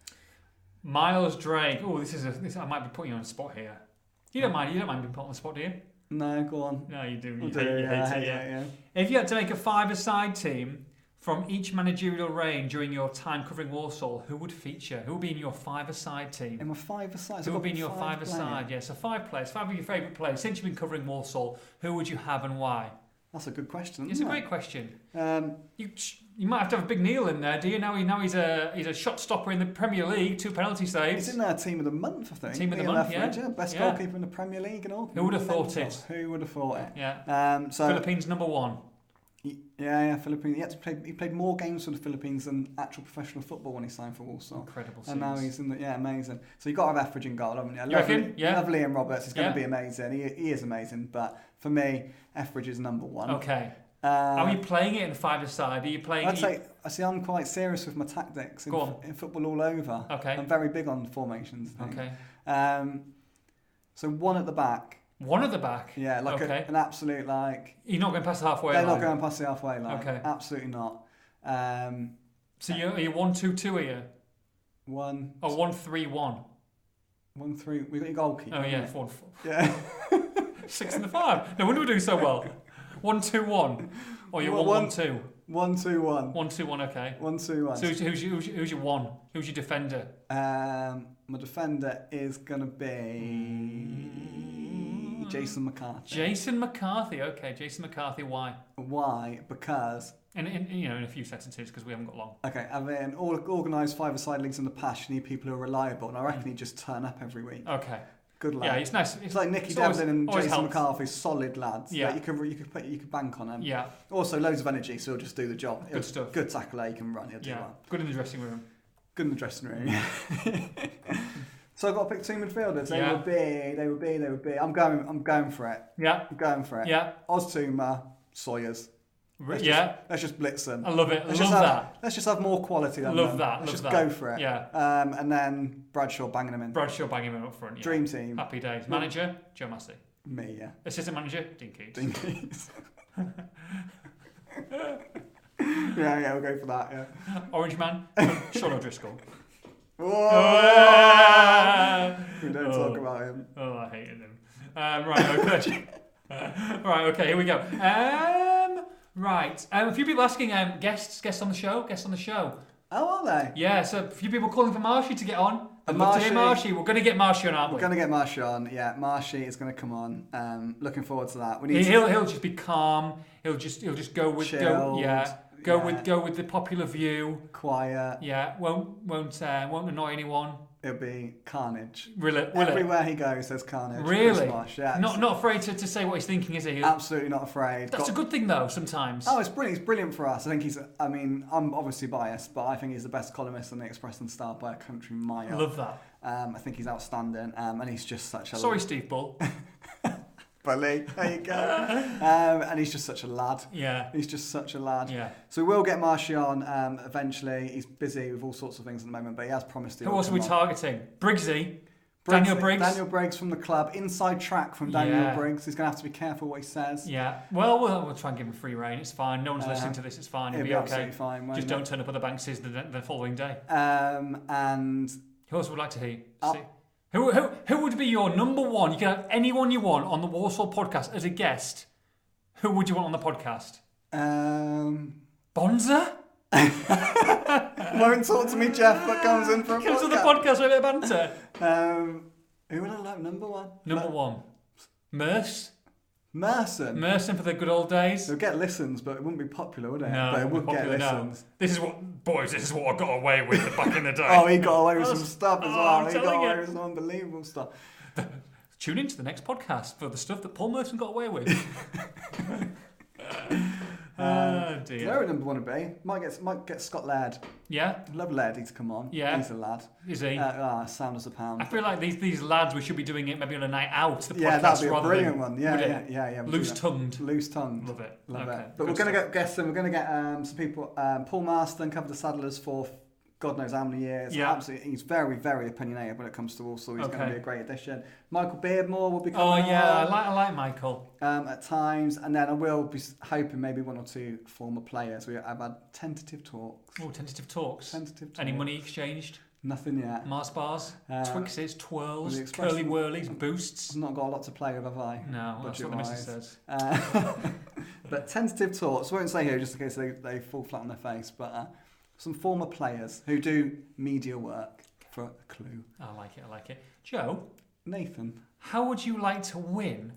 Speaker 1: Miles Drake. Oh, this is a. This, I might be putting you on the spot here. You don't mind. You don't mind being put on the spot, do you?
Speaker 2: No, go on.
Speaker 1: No, you do. You
Speaker 2: I'll do
Speaker 1: hate,
Speaker 2: it,
Speaker 1: you
Speaker 2: yeah,
Speaker 1: hate it,
Speaker 2: yeah,
Speaker 1: yeah.
Speaker 2: yeah.
Speaker 1: If you had to make a five-a-side team from each managerial reign during your time covering Warsaw, who would feature? Who would be in your five-a-side team?
Speaker 2: In my five aside.
Speaker 1: Who would be in your five aside? Yeah, so five players, five of your favourite players. Since you've been covering Warsaw, who would you have and why?
Speaker 2: That's a good question.
Speaker 1: It's a
Speaker 2: isn't
Speaker 1: great question.
Speaker 2: it? Um,
Speaker 1: You you might have to have a big Neil in there, do you? Now he now he's a he's a shot stopper in the Premier League, two penalty
Speaker 2: it's
Speaker 1: saves.
Speaker 2: in our team of the month, I think.
Speaker 1: Team of the
Speaker 2: Ian
Speaker 1: month,
Speaker 2: Lethbridge,
Speaker 1: yeah.
Speaker 2: Best
Speaker 1: Yeah.
Speaker 2: goalkeeper in the Premier League and all.
Speaker 1: Who would have thought it?
Speaker 2: Who would have thought it?
Speaker 1: Yeah,
Speaker 2: Um, so
Speaker 1: Philippines number one.
Speaker 2: y- yeah, yeah, Philippines. He, had to play, he played more games for the Philippines than actual professional football when he signed for Walsall.
Speaker 1: Incredible.
Speaker 2: Oh, And now
Speaker 1: scenes.
Speaker 2: he's in the yeah, amazing. So you got to have Effridge in goal, haven't you? I
Speaker 1: You
Speaker 2: love
Speaker 1: reckon?
Speaker 2: Li-
Speaker 1: Yeah.
Speaker 2: love Liam Roberts. He's going
Speaker 1: Yeah.
Speaker 2: to be amazing. He, he is amazing. But for me, Effridge is number one.
Speaker 1: okay.
Speaker 2: Um,
Speaker 1: Are you playing it in five aside? Are you playing?
Speaker 2: I'd
Speaker 1: it-
Speaker 2: say I see. I'm quite serious with my tactics in,
Speaker 1: Go
Speaker 2: f- in football all over.
Speaker 1: Okay.
Speaker 2: I'm very big on formations. I think.
Speaker 1: Okay.
Speaker 2: Um, so one at the back.
Speaker 1: One at the back.
Speaker 2: Yeah, like a-
Speaker 1: Okay.
Speaker 2: an absolute like.
Speaker 1: You're not going past the halfway
Speaker 2: They're
Speaker 1: line.
Speaker 2: not going past the halfway line.
Speaker 1: Okay.
Speaker 2: Absolutely not. Um,
Speaker 1: So you're, you're one two two here.
Speaker 2: one,
Speaker 1: Or one three one.
Speaker 2: one, three. We got your goalkeeper.
Speaker 1: Oh yeah,
Speaker 2: haven't
Speaker 1: four, four,
Speaker 2: we? Yeah.
Speaker 1: six and the five. No wonder we're doing so well. One two one. Or you're
Speaker 2: Well,
Speaker 1: one one
Speaker 2: one-
Speaker 1: two.
Speaker 2: one, two, one.
Speaker 1: One two one. Okay.
Speaker 2: One, two, one.
Speaker 1: So who's, who's, your- who's, your- who's your one? Who's your defender?
Speaker 2: Um, my defender is gonna
Speaker 1: Mm.
Speaker 2: be Jason McCarthy.
Speaker 1: Jason McCarthy. Okay, Jason McCarthy. Why?
Speaker 2: Why? Because
Speaker 1: And in, you know, in a few sentences because we haven't got long.
Speaker 2: okay, I've been all organised five-a-side leagues in the past. You need people who are reliable, and I reckon he just turn up every week.
Speaker 1: Okay.
Speaker 2: Good lad.
Speaker 1: Mm. Yeah, it's nice.
Speaker 2: it's like Nicky
Speaker 1: it's
Speaker 2: Devlin
Speaker 1: always-
Speaker 2: and
Speaker 1: always
Speaker 2: Jason
Speaker 1: helps.
Speaker 2: McCarthy, solid lads.
Speaker 1: Yeah.
Speaker 2: Like, you can re- you could put you could bank on them.
Speaker 1: Yeah,
Speaker 2: Also, loads of energy, so he'll just do the job. He'll-
Speaker 1: stuff.
Speaker 2: um, Good tackler, he can run. He'll do
Speaker 1: yeah.
Speaker 2: well.
Speaker 1: Good in the dressing room.
Speaker 2: Good in the dressing room. so I've got to pick two midfielders. They
Speaker 1: Yeah.
Speaker 2: would be. They would be. They would be. I'm going. I'm going for it.
Speaker 1: Yeah,
Speaker 2: I'm going for it.
Speaker 1: yeah,
Speaker 2: Oztuma, Sawyers.
Speaker 1: Re-
Speaker 2: Let's
Speaker 1: yeah.
Speaker 2: Just, let's just blitz them.
Speaker 1: I love it. I
Speaker 2: Let's
Speaker 1: love
Speaker 2: just have,
Speaker 1: that.
Speaker 2: Let's just have more quality than
Speaker 1: Love
Speaker 2: them.
Speaker 1: that, love
Speaker 2: Let's just
Speaker 1: that.
Speaker 2: go for it.
Speaker 1: Yeah.
Speaker 2: Um, and then Bradshaw banging them in.
Speaker 1: Bradshaw banging him up front. Yeah. Ah.
Speaker 2: Dream team.
Speaker 1: Happy days. Manager Joe Massey.
Speaker 2: Me, yeah.
Speaker 1: Assistant manager Dean Keats.
Speaker 2: Dinkies. yeah, yeah, we'll go for that. Yeah.
Speaker 1: Orange man Sean O'Driscoll.
Speaker 2: Oh! Whoa! we don't
Speaker 1: Oh.
Speaker 2: talk about him.
Speaker 1: Oh, I hated him. Um, right, okay. Uh, right, okay, here we go. Um, right, um, a few people asking um, guests, guests on the show, guests on the show.
Speaker 2: How are they?
Speaker 1: Yeah, so a few people calling for Marshy to get on. I'd
Speaker 2: And
Speaker 1: love to hear
Speaker 2: Marshy-
Speaker 1: Marshy. We're going to get Marshy on, aren't
Speaker 2: We're
Speaker 1: we?
Speaker 2: gonna get Marsh on. Yeah, Marshy is gonna come on. Um, looking forward to that. We
Speaker 1: He-
Speaker 2: need to
Speaker 1: He'll he'll just be calm. He'll just he'll just go with go
Speaker 2: Chilled,
Speaker 1: yeah go
Speaker 2: yeah.
Speaker 1: with go with the popular view.
Speaker 2: quiet.
Speaker 1: Yeah, won't won't uh, won't annoy anyone.
Speaker 2: It'll be carnage.
Speaker 1: Will it? Will it?
Speaker 2: Everywhere he goes, there's carnage.
Speaker 1: Really?
Speaker 2: Chris Marsh, yeah.
Speaker 1: Not not afraid to, to say what he's thinking, is he?
Speaker 2: absolutely not afraid.
Speaker 1: That's
Speaker 2: Got-
Speaker 1: a good thing though. Sometimes.
Speaker 2: Oh, it's brilliant! It's brilliant for us. I think he's. I mean, I'm obviously biased, but I think he's the best columnist in the Express and Star by a country mile.
Speaker 1: Love that.
Speaker 2: Um, I think he's outstanding, um, and he's just such a
Speaker 1: Sorry, Steve Bull.
Speaker 2: bully. There you go. um, and he's just such a lad.
Speaker 1: Yeah.
Speaker 2: He's just such a lad.
Speaker 1: Yeah.
Speaker 2: So we will get Marshy on um, eventually. He's busy with all sorts of things at the moment, but he has promised. he
Speaker 1: Who
Speaker 2: will
Speaker 1: else are
Speaker 2: come
Speaker 1: we
Speaker 2: on.
Speaker 1: targeting? Briggsy.
Speaker 2: Briggs-
Speaker 1: Daniel Briggs.
Speaker 2: Daniel Briggs from the club. Inside track from Daniel
Speaker 1: Yeah.
Speaker 2: Briggs. He's going to have to be careful what he says.
Speaker 1: Yeah. Well, we'll we'll try and give him free reign. It's fine. No one's
Speaker 2: Uh-huh.
Speaker 1: listening to this. It's fine. It'll
Speaker 2: It'll
Speaker 1: be,
Speaker 2: be
Speaker 1: okay.
Speaker 2: absolutely fine, won't
Speaker 1: Just
Speaker 2: it?
Speaker 1: don't turn up at the Bankses the, the following day.
Speaker 2: Um, and
Speaker 1: Who else would like to hear?
Speaker 2: Uh,
Speaker 1: See? Who, who, who would be your number one? You can have anyone you want on the Warsaw podcast as a guest. Who would you want on the podcast?
Speaker 2: um,
Speaker 1: Bonza?
Speaker 2: won't talk to me, Jeff, but comes in for a
Speaker 1: Comes on the
Speaker 2: podcast.
Speaker 1: podcast with a bit of banter.
Speaker 2: Um, who would I like? Number one.
Speaker 1: Number
Speaker 2: No,
Speaker 1: one. Merce.
Speaker 2: Merson.
Speaker 1: Merson for the good old days.
Speaker 2: It'll get listens, but it wouldn't be popular, would it?
Speaker 1: No,
Speaker 2: but it would get
Speaker 1: popular now.
Speaker 2: listens.
Speaker 1: This is what boys. This is what I got away with back in the day.
Speaker 2: Oh, he got away with some stuff as
Speaker 1: oh,
Speaker 2: well.
Speaker 1: I'm
Speaker 2: He got
Speaker 1: telling
Speaker 2: away
Speaker 1: you.
Speaker 2: with some unbelievable stuff.
Speaker 1: Tune into the next podcast for the stuff that Paul Merson got away with.
Speaker 2: Uh,
Speaker 1: oh
Speaker 2: You know
Speaker 1: dear.
Speaker 2: who number one would be? Might get might get Scott Laird.
Speaker 1: Yeah,
Speaker 2: Love Laird to come on.
Speaker 1: Yeah.
Speaker 2: He's a lad.
Speaker 1: is he?
Speaker 2: Uh, ah, sound as a pound.
Speaker 1: I feel like these these lads. We should be doing it maybe on a night out. The podcast
Speaker 2: Yeah, that'd be a
Speaker 1: rather
Speaker 2: brilliant
Speaker 1: than,
Speaker 2: one. Yeah,
Speaker 1: would it?
Speaker 2: yeah, yeah, yeah. we'll do
Speaker 1: Loose
Speaker 2: that.
Speaker 1: tongued.
Speaker 2: Loose tongued.
Speaker 1: Love it.
Speaker 2: Love
Speaker 1: okay.
Speaker 2: it. But we're
Speaker 1: good
Speaker 2: going to
Speaker 1: stuff.
Speaker 2: get guests and we're going to get um, some people. Um, Paul Marston covered the Saddlers for God knows how many years.
Speaker 1: Yeah.
Speaker 2: Absolutely. He's very, very opinionated when it comes to Walsall. He's going
Speaker 1: Okay.
Speaker 2: to be a great addition. Michael Beardmore will be
Speaker 1: Oh
Speaker 2: coming
Speaker 1: yeah, I
Speaker 2: on,
Speaker 1: like I like Michael.
Speaker 2: um, at times. And then I will be s- hoping maybe one or two former players. We have had tentative talks.
Speaker 1: Oh, tentative talks.
Speaker 2: Tentative talks.
Speaker 1: Any money exchanged?
Speaker 2: Nothing yet.
Speaker 1: Mars bars,
Speaker 2: Uh,
Speaker 1: Twixes, twirls, curly
Speaker 2: the expression- Mm-hmm.
Speaker 1: whirlies,
Speaker 2: Uh, I've
Speaker 1: boosts.
Speaker 2: not got a lot to play with, have I?
Speaker 1: No, that's what the missus
Speaker 2: Budget-wise.
Speaker 1: says.
Speaker 2: Uh, but tentative talks, won't say who just in case they, they fall flat on their face, but uh, some former players who do media work for a clue.
Speaker 1: I like it. I like it. Joe,
Speaker 2: Nathan,
Speaker 1: how would you like to win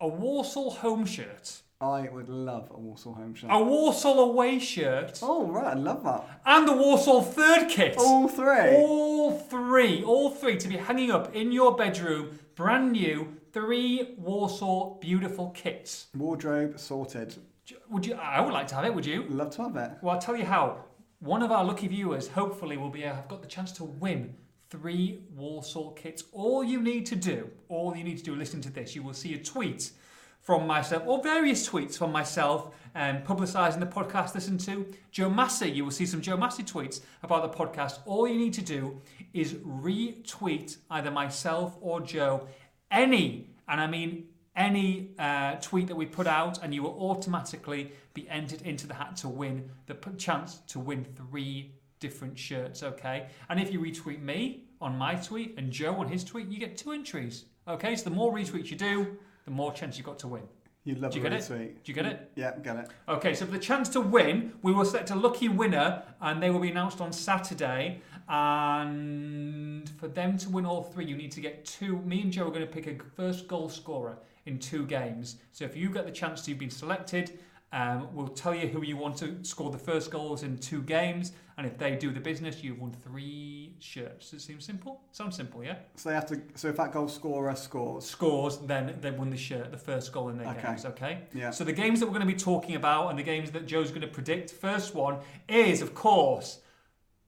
Speaker 1: a Warsaw home shirt,
Speaker 2: I would love a Walsall home shirt.
Speaker 1: a Warsaw away shirt,
Speaker 2: Oh, right, I love that.
Speaker 1: and the Warsaw third kit?
Speaker 2: All three.
Speaker 1: All three, all three to be hanging up in your bedroom, brand new, three Warsaw beautiful kits.
Speaker 2: Wardrobe sorted.
Speaker 1: J- Would you? I would like to have it. Would you?
Speaker 2: Love to have it.
Speaker 1: Well, I'll tell you how. One of our lucky viewers, hopefully, will be uh, have got the chance to win three Warsaw kits. All you need to do, all you need to do, listen to this. You will see a tweet from myself, or various tweets from myself, um, publicising the podcast. Listen to Joe Massey. You will see some Joe Massey tweets about the podcast. All you need to do is retweet either myself or Joe any, and I mean any uh, tweet that we put out, and you will automatically be entered into the hat to win the p- chance to win three different shirts. Okay, and if you retweet me on my tweet and Joe on his tweet, you get two entries. Okay, so the more retweets you do, the more chance you've got to win.
Speaker 2: You love
Speaker 1: Do you
Speaker 2: a
Speaker 1: get it?
Speaker 2: retweet.
Speaker 1: Do you get it?
Speaker 2: Yeah, get it.
Speaker 1: Okay, so for the chance to win, we will select a lucky winner and they will be announced on Saturday. And for them to win all three, you need to get two. Me and Joe are going to pick a first goal scorer in two games. So if you get the chance you've been selected, um, we'll tell you who you want to score the first goals in two games. And if they do the business, you've won three shirts. Does it seem simple? Sounds simple, yeah?
Speaker 2: So they have to. So if that goal scorer scores,
Speaker 1: Scores, then they won the shirt, the first goal in their
Speaker 2: Okay.
Speaker 1: games, okay?
Speaker 2: yeah.
Speaker 1: So the games that we're going to be talking about and the games that Joe's going to predict, first one is, of course,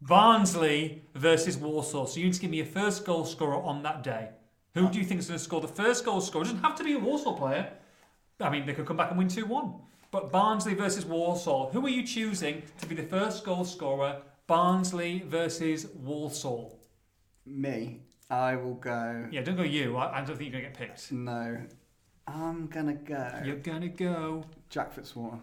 Speaker 1: Barnsley versus Warsaw. So you need to give me a first goal scorer on that day. Who do you think is going to score the first goal scorer? It doesn't have to be a Warsaw player. I mean, they could come back and win 2 1. But Barnsley versus Warsaw. Who are you choosing to be the first goal scorer? Barnsley versus Warsaw.
Speaker 2: Me, I will go.
Speaker 1: Yeah, don't go you. I, I don't think you're going to get picked.
Speaker 2: No, I'm gonna go.
Speaker 1: You're going to go
Speaker 2: Jack Fitzwater.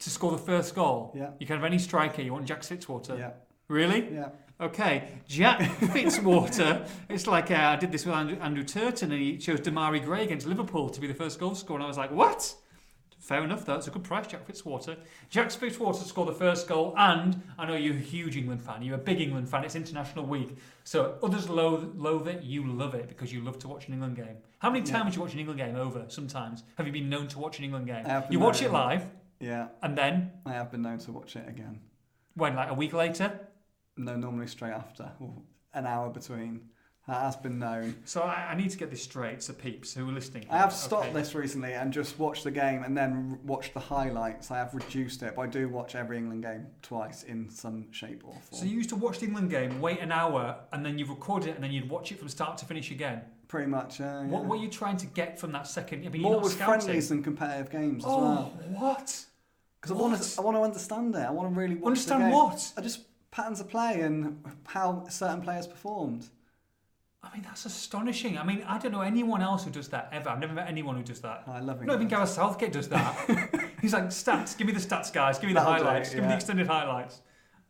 Speaker 1: to score the first goal.
Speaker 2: Yeah.
Speaker 1: You can have any striker. You want Jack Fitzwater.
Speaker 2: Yeah,
Speaker 1: Really?
Speaker 2: yeah.
Speaker 1: Okay, Jack Fitzwater. it's like uh, I did this with Andrew, Andrew Turton, and he chose Damari Gray against Liverpool to be the first goal scorer, and I was like, what? Fair enough, though. It's a good price, Jack Fitzwater. Jack Fitzwater scored the first goal, and I know you're a huge England fan. You're a big England fan. It's International Week. So others loathe, loathe it, you love it because you love to watch an England game. How many
Speaker 2: Yeah.
Speaker 1: times do you watch an England game over sometimes? Have you been known to watch an England game?
Speaker 2: I have been
Speaker 1: You watch it
Speaker 2: known.
Speaker 1: live,
Speaker 2: Yeah,
Speaker 1: and then,
Speaker 2: I have been known to watch it again.
Speaker 1: when, like a week later?
Speaker 2: No, normally straight after, or an hour between. That has been known.
Speaker 1: So I, I need to get this straight to peeps who are listening.
Speaker 2: I have stopped
Speaker 1: Okay.
Speaker 2: this recently and just watched the game and then r- watched the highlights. I have reduced it, but I do watch every England game twice in some shape or form.
Speaker 1: So you used to watch the England game, wait an hour, and then you record it, and then you'd watch it from start to finish again.
Speaker 2: Pretty much. Uh, yeah.
Speaker 1: What were you trying to get from that second? I mean, you're
Speaker 2: More
Speaker 1: not
Speaker 2: with
Speaker 1: scouting.
Speaker 2: friendlies than competitive games as
Speaker 1: oh,
Speaker 2: well.
Speaker 1: what?
Speaker 2: Because I want
Speaker 1: What?
Speaker 2: to, I want to understand it. I want to really watch the
Speaker 1: Understand
Speaker 2: game.
Speaker 1: what?
Speaker 2: I just patterns of play and how certain players performed.
Speaker 1: I mean, that's astonishing. I mean, I don't know anyone else who does that ever. I've never met anyone who does that.
Speaker 2: I love
Speaker 1: Not even
Speaker 2: England.
Speaker 1: Gareth Southgate does that. He's like, stats, give me the stats, guys, give me the
Speaker 2: That'll do,
Speaker 1: highlights, give me the
Speaker 2: yeah.
Speaker 1: extended highlights.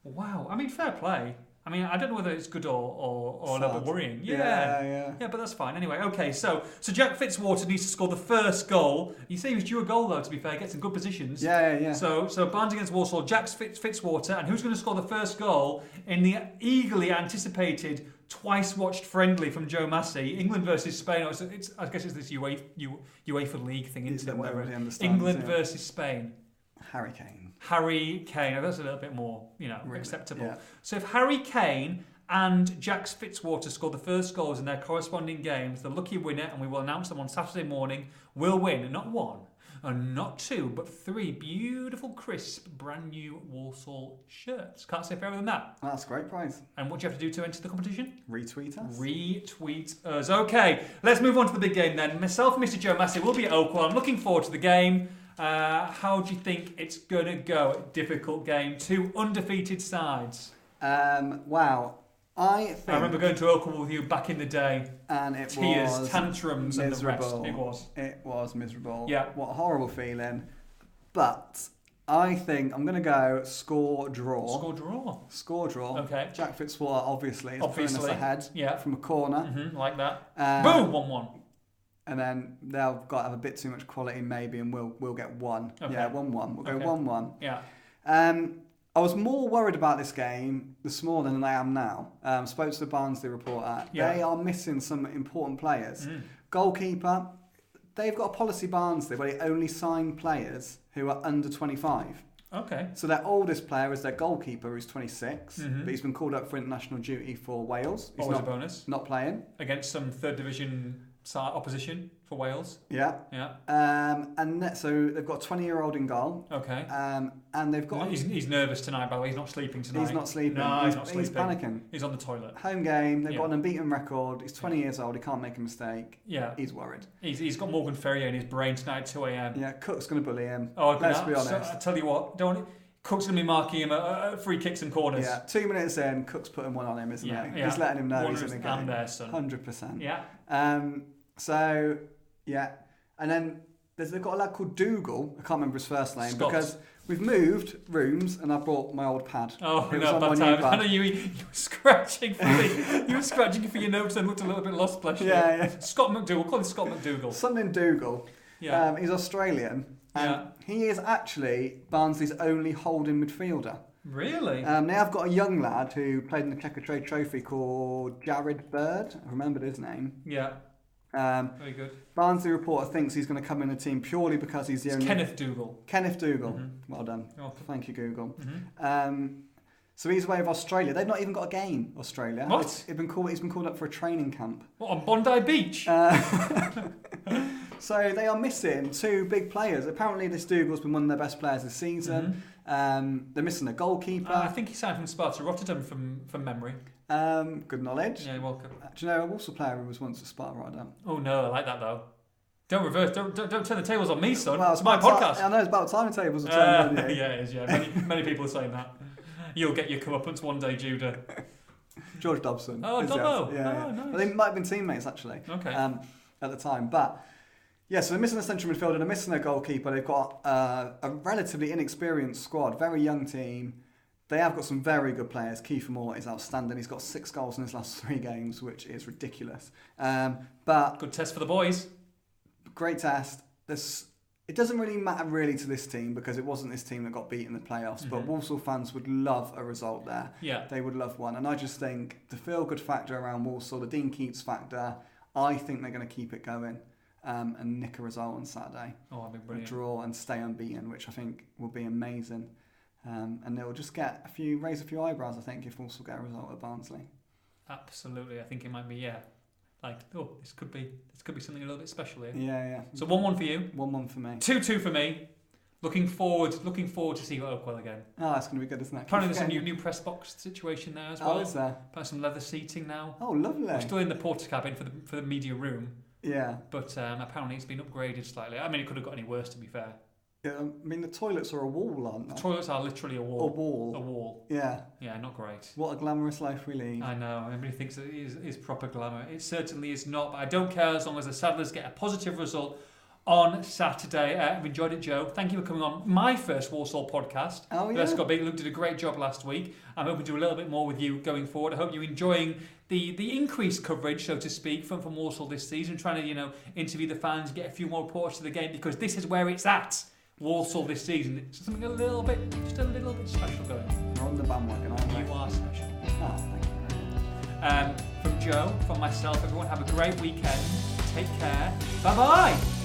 Speaker 1: Wow. I mean, fair play. I mean, I don't know whether it's good or, or, or a little bit
Speaker 2: Sad.
Speaker 1: worrying.
Speaker 2: yeah, yeah.
Speaker 1: Yeah, but that's fine. Anyway, okay, so so Jack Fitzwater needs to score the first goal. You say he was due a goal though. To be fair, gets in good positions.
Speaker 2: Yeah, yeah, yeah.
Speaker 1: So so Barnes against Walsall. Jack Fitz, Fitzwater, and who's going to score the first goal in the eagerly anticipated twice watched friendly from Joe Massey, England versus Spain. It's, it's, I guess it's this UEFA, U- UEFA League thing,
Speaker 2: It's
Speaker 1: isn't it?
Speaker 2: that
Speaker 1: Whatever.
Speaker 2: nobody understands,
Speaker 1: England
Speaker 2: yeah.
Speaker 1: versus Spain.
Speaker 2: Harry Kane.
Speaker 1: Harry Kane. Now, That's a little bit more, you know,
Speaker 2: Really,
Speaker 1: acceptable.
Speaker 2: yeah.
Speaker 1: So if Harry Kane and Jax Fitzwater score the first goals in their corresponding games, the lucky winner, and we will announce them on Saturday morning, will win. And Not one, and not two, but three beautiful, crisp, brand new Warsaw shirts. Can't say fairer than that.
Speaker 2: That's a great prize.
Speaker 1: And what do you have to do to enter the competition?
Speaker 2: Retweet us.
Speaker 1: Retweet us. Okay, let's move on to the big game then. Myself and Mr. Joe Massey will be at Oakwell. I'm looking forward to the game. Uh, how do you think it's going to go? Difficult game. Two undefeated sides.
Speaker 2: um, wow. I think,
Speaker 1: I remember going to Oakwell with you back in the day.
Speaker 2: and it
Speaker 1: Tears,
Speaker 2: was
Speaker 1: tantrums,
Speaker 2: miserable.
Speaker 1: and the rest. It was.
Speaker 2: It was miserable.
Speaker 1: Yeah.
Speaker 2: What a horrible feeling. But I think I'm going to go score draw.
Speaker 1: Score draw.
Speaker 2: Score draw.
Speaker 1: Okay.
Speaker 2: Jack Fitzwater obviously is putting us
Speaker 1: Obviously.
Speaker 2: ahead
Speaker 1: Yeah.
Speaker 2: from a corner.
Speaker 1: hmm like that.
Speaker 2: Um,
Speaker 1: Boom! 1 1.
Speaker 2: And then they'll got to have a bit too much quality maybe, and we'll we'll get one.
Speaker 1: Okay.
Speaker 2: Yeah, one one. We'll go
Speaker 1: Okay.
Speaker 2: one one.
Speaker 1: Yeah.
Speaker 2: Um, I was more worried about this game this morning than I am now. Um, spoke to the Barnsley reporter.
Speaker 1: Yeah. Mm.
Speaker 2: They are missing some important players. Goalkeeper, they've got a policy Barnsley where they only sign players who are under 25.
Speaker 1: Okay.
Speaker 2: So their oldest player is their goalkeeper, who's 26, but he's been called up for international duty for Wales. He's
Speaker 1: Mm-hmm. Always a
Speaker 2: not,
Speaker 1: bonus.
Speaker 2: not playing.
Speaker 1: Against some third division side opposition for Wales.
Speaker 2: Yeah.
Speaker 1: Yeah.
Speaker 2: Um, and that, so they've got a 20 year old in goal.
Speaker 1: Okay.
Speaker 2: Um, and they've got.
Speaker 1: He's, he's nervous tonight, by the way. He's not sleeping tonight.
Speaker 2: He's not sleeping.
Speaker 1: No, he's,
Speaker 2: he's,
Speaker 1: not sleeping.
Speaker 2: he's panicking.
Speaker 1: He's on the toilet.
Speaker 2: Home game, they've
Speaker 1: Yeah.
Speaker 2: got an unbeaten record. He's 20 years old, he can't make a mistake.
Speaker 1: Yeah.
Speaker 2: He's worried.
Speaker 1: He's, he's got Morgan Ferrier in his brain tonight, 2 a.m.
Speaker 2: Yeah, Cook's going to bully him.
Speaker 1: Oh, I can-
Speaker 2: Let's be
Speaker 1: so-
Speaker 2: honest.
Speaker 1: I tell you what, don't. Cook's going to be marking him at, at free kicks and corners.
Speaker 2: Yeah, two minutes in, Cook's putting one on him, isn't
Speaker 1: Yeah,
Speaker 2: he?
Speaker 1: yeah.
Speaker 2: He's letting him know
Speaker 1: Warner's
Speaker 2: he's in the
Speaker 1: and
Speaker 2: game.
Speaker 1: their son.
Speaker 2: 100%.
Speaker 1: Yeah.
Speaker 2: Um, so, yeah. And then there's, they've got a lad called Dougal. I can't remember his first name
Speaker 1: Scott.
Speaker 2: because we've moved rooms and I brought my old pad.
Speaker 1: Oh,
Speaker 2: It was
Speaker 1: no,
Speaker 2: on
Speaker 1: bad
Speaker 2: my new
Speaker 1: time. I
Speaker 2: pad.
Speaker 1: know you, you were scratching for the, you were scratching for your notes and looked a little bit lost, bless you.
Speaker 2: Yeah, yeah.
Speaker 1: Scott McDougal. Call him Scott McDougal.
Speaker 2: Something Dougal.
Speaker 1: Yeah.
Speaker 2: Um, he's Australian. And
Speaker 1: Yeah.
Speaker 2: he is actually Barnsley's only holding midfielder.
Speaker 1: really?
Speaker 2: Um, now I've got a young lad who played in the Checker Trade Trophy called Jared Bird. I remembered his name.
Speaker 1: yeah.
Speaker 2: Um,
Speaker 1: Very good.
Speaker 2: Barnsley reporter thinks he's going to come in the team purely because he's the
Speaker 1: It's
Speaker 2: only
Speaker 1: Kenneth Dougal.
Speaker 2: Kenneth Dougal. Well done.
Speaker 1: Oh.
Speaker 2: Thank you, Google.
Speaker 1: Mhm.
Speaker 2: Um, so he's away with Australia. They've not even got a game. Australia.
Speaker 1: What?
Speaker 2: It's- He's been called. He's been called up for a training camp.
Speaker 1: What on Bondi Beach?
Speaker 2: Uh, so they are missing two big players. Apparently, this Dougal's been one of their best players this
Speaker 1: Mm-hmm.
Speaker 2: season. Um, they're missing a goalkeeper.
Speaker 1: Uh, I think he signed from Sparta Rotterdam from from memory.
Speaker 2: um, good knowledge.
Speaker 1: Ah.
Speaker 2: Uh,
Speaker 1: Yeah, welcome.
Speaker 2: Do you know a Walsall player who was once a Sparta rider?
Speaker 1: Oh no, I like that though. Don't reverse. Don't don't, don't turn the tables on me, son. it's my
Speaker 2: about
Speaker 1: podcast.
Speaker 2: ti- I know it's about time tables are turned,
Speaker 1: Uh,
Speaker 2: aren't you?
Speaker 1: yeah, it is. Yeah, many, many people are saying that. You'll get your comeuppance one day, Judah.
Speaker 2: George Dobson.
Speaker 1: Oh,
Speaker 2: is the
Speaker 1: Dobbo.
Speaker 2: answer. Yeah,
Speaker 1: Oh,
Speaker 2: yeah.
Speaker 1: nice.
Speaker 2: Well, they might have been teammates actually
Speaker 1: Okay.
Speaker 2: um, at the time, but. Yeah, so they're missing a central midfielder, they're missing a goalkeeper. They've got uh, a relatively inexperienced squad, very young team. They have got some very good players. Kiefer Moore is outstanding. He's got six goals in his last three games, which is ridiculous. Um, but
Speaker 1: Good test for the boys.
Speaker 2: great test. This it doesn't really matter really to this team because it wasn't this team that got beat in the playoffs.
Speaker 1: Mm-hmm.
Speaker 2: But Walsall fans would love a result there.
Speaker 1: Yeah.
Speaker 2: They would love one, and I just think the feel-good factor around Walsall, the Dean Keats factor. I think they're going to keep it going um, and nick a result on Saturday,
Speaker 1: Oh, I've been
Speaker 2: a
Speaker 1: brilliant.
Speaker 2: draw and stay unbeaten, which I think will be amazing. Um, and they'll just get a few raise a few eyebrows, I think, if Walsall get a result at Barnsley.
Speaker 1: Absolutely. I think it might be. Yeah. Like, oh, this could be. This could be something a little bit special here.
Speaker 2: Yeah, yeah.
Speaker 1: So one one for you.
Speaker 2: One one for me.
Speaker 1: Two two for me. Looking forward. Looking forward to see you at Oakwell again.
Speaker 2: Oh, that's going to be good, isn't it?
Speaker 1: Apparently, there's a new
Speaker 2: Keep
Speaker 1: new press box situation there as
Speaker 2: forgetting.
Speaker 1: well.
Speaker 2: Oh, is there?
Speaker 1: Apparently some leather seating now.
Speaker 2: Oh, lovely.
Speaker 1: We're still in the porter cabin for the for the media room,
Speaker 2: Yeah.
Speaker 1: but um, apparently it's been upgraded slightly. I mean, it could have got any worse, to be fair.
Speaker 2: Yeah, I mean the toilets are a wall, aren't
Speaker 1: The
Speaker 2: they?
Speaker 1: toilets are literally a
Speaker 2: a
Speaker 1: wall.
Speaker 2: wall.
Speaker 1: A wall.
Speaker 2: Yeah.
Speaker 1: Yeah, not great.
Speaker 2: What a glamorous life we lead.
Speaker 1: I know. Everybody thinks it is, is proper glamour. It certainly is not. But I don't care as long as the Saddlers get a positive result on Saturday. Uh, I've enjoyed it, Joe. Thank you for coming on my first Warsaw podcast.
Speaker 2: Oh,
Speaker 1: But
Speaker 2: yeah.
Speaker 1: That's got big. Luke did a great job last week. I'm hoping to do a little bit more with you going forward. I hope you're enjoying the the increased coverage, so to speak, from from Warsaw this season. Trying to you know interview the fans, get a few more reports to the game because this is where it's at. Warsaw this season. It's something a little bit, just a little bit special going. on.
Speaker 2: We're on the bandwagon, aren't we?
Speaker 1: You are special.
Speaker 2: Ah, thank you. Oh, very much.
Speaker 1: Um, for Joe, from myself, everyone, have a great weekend. Take care. Bye bye.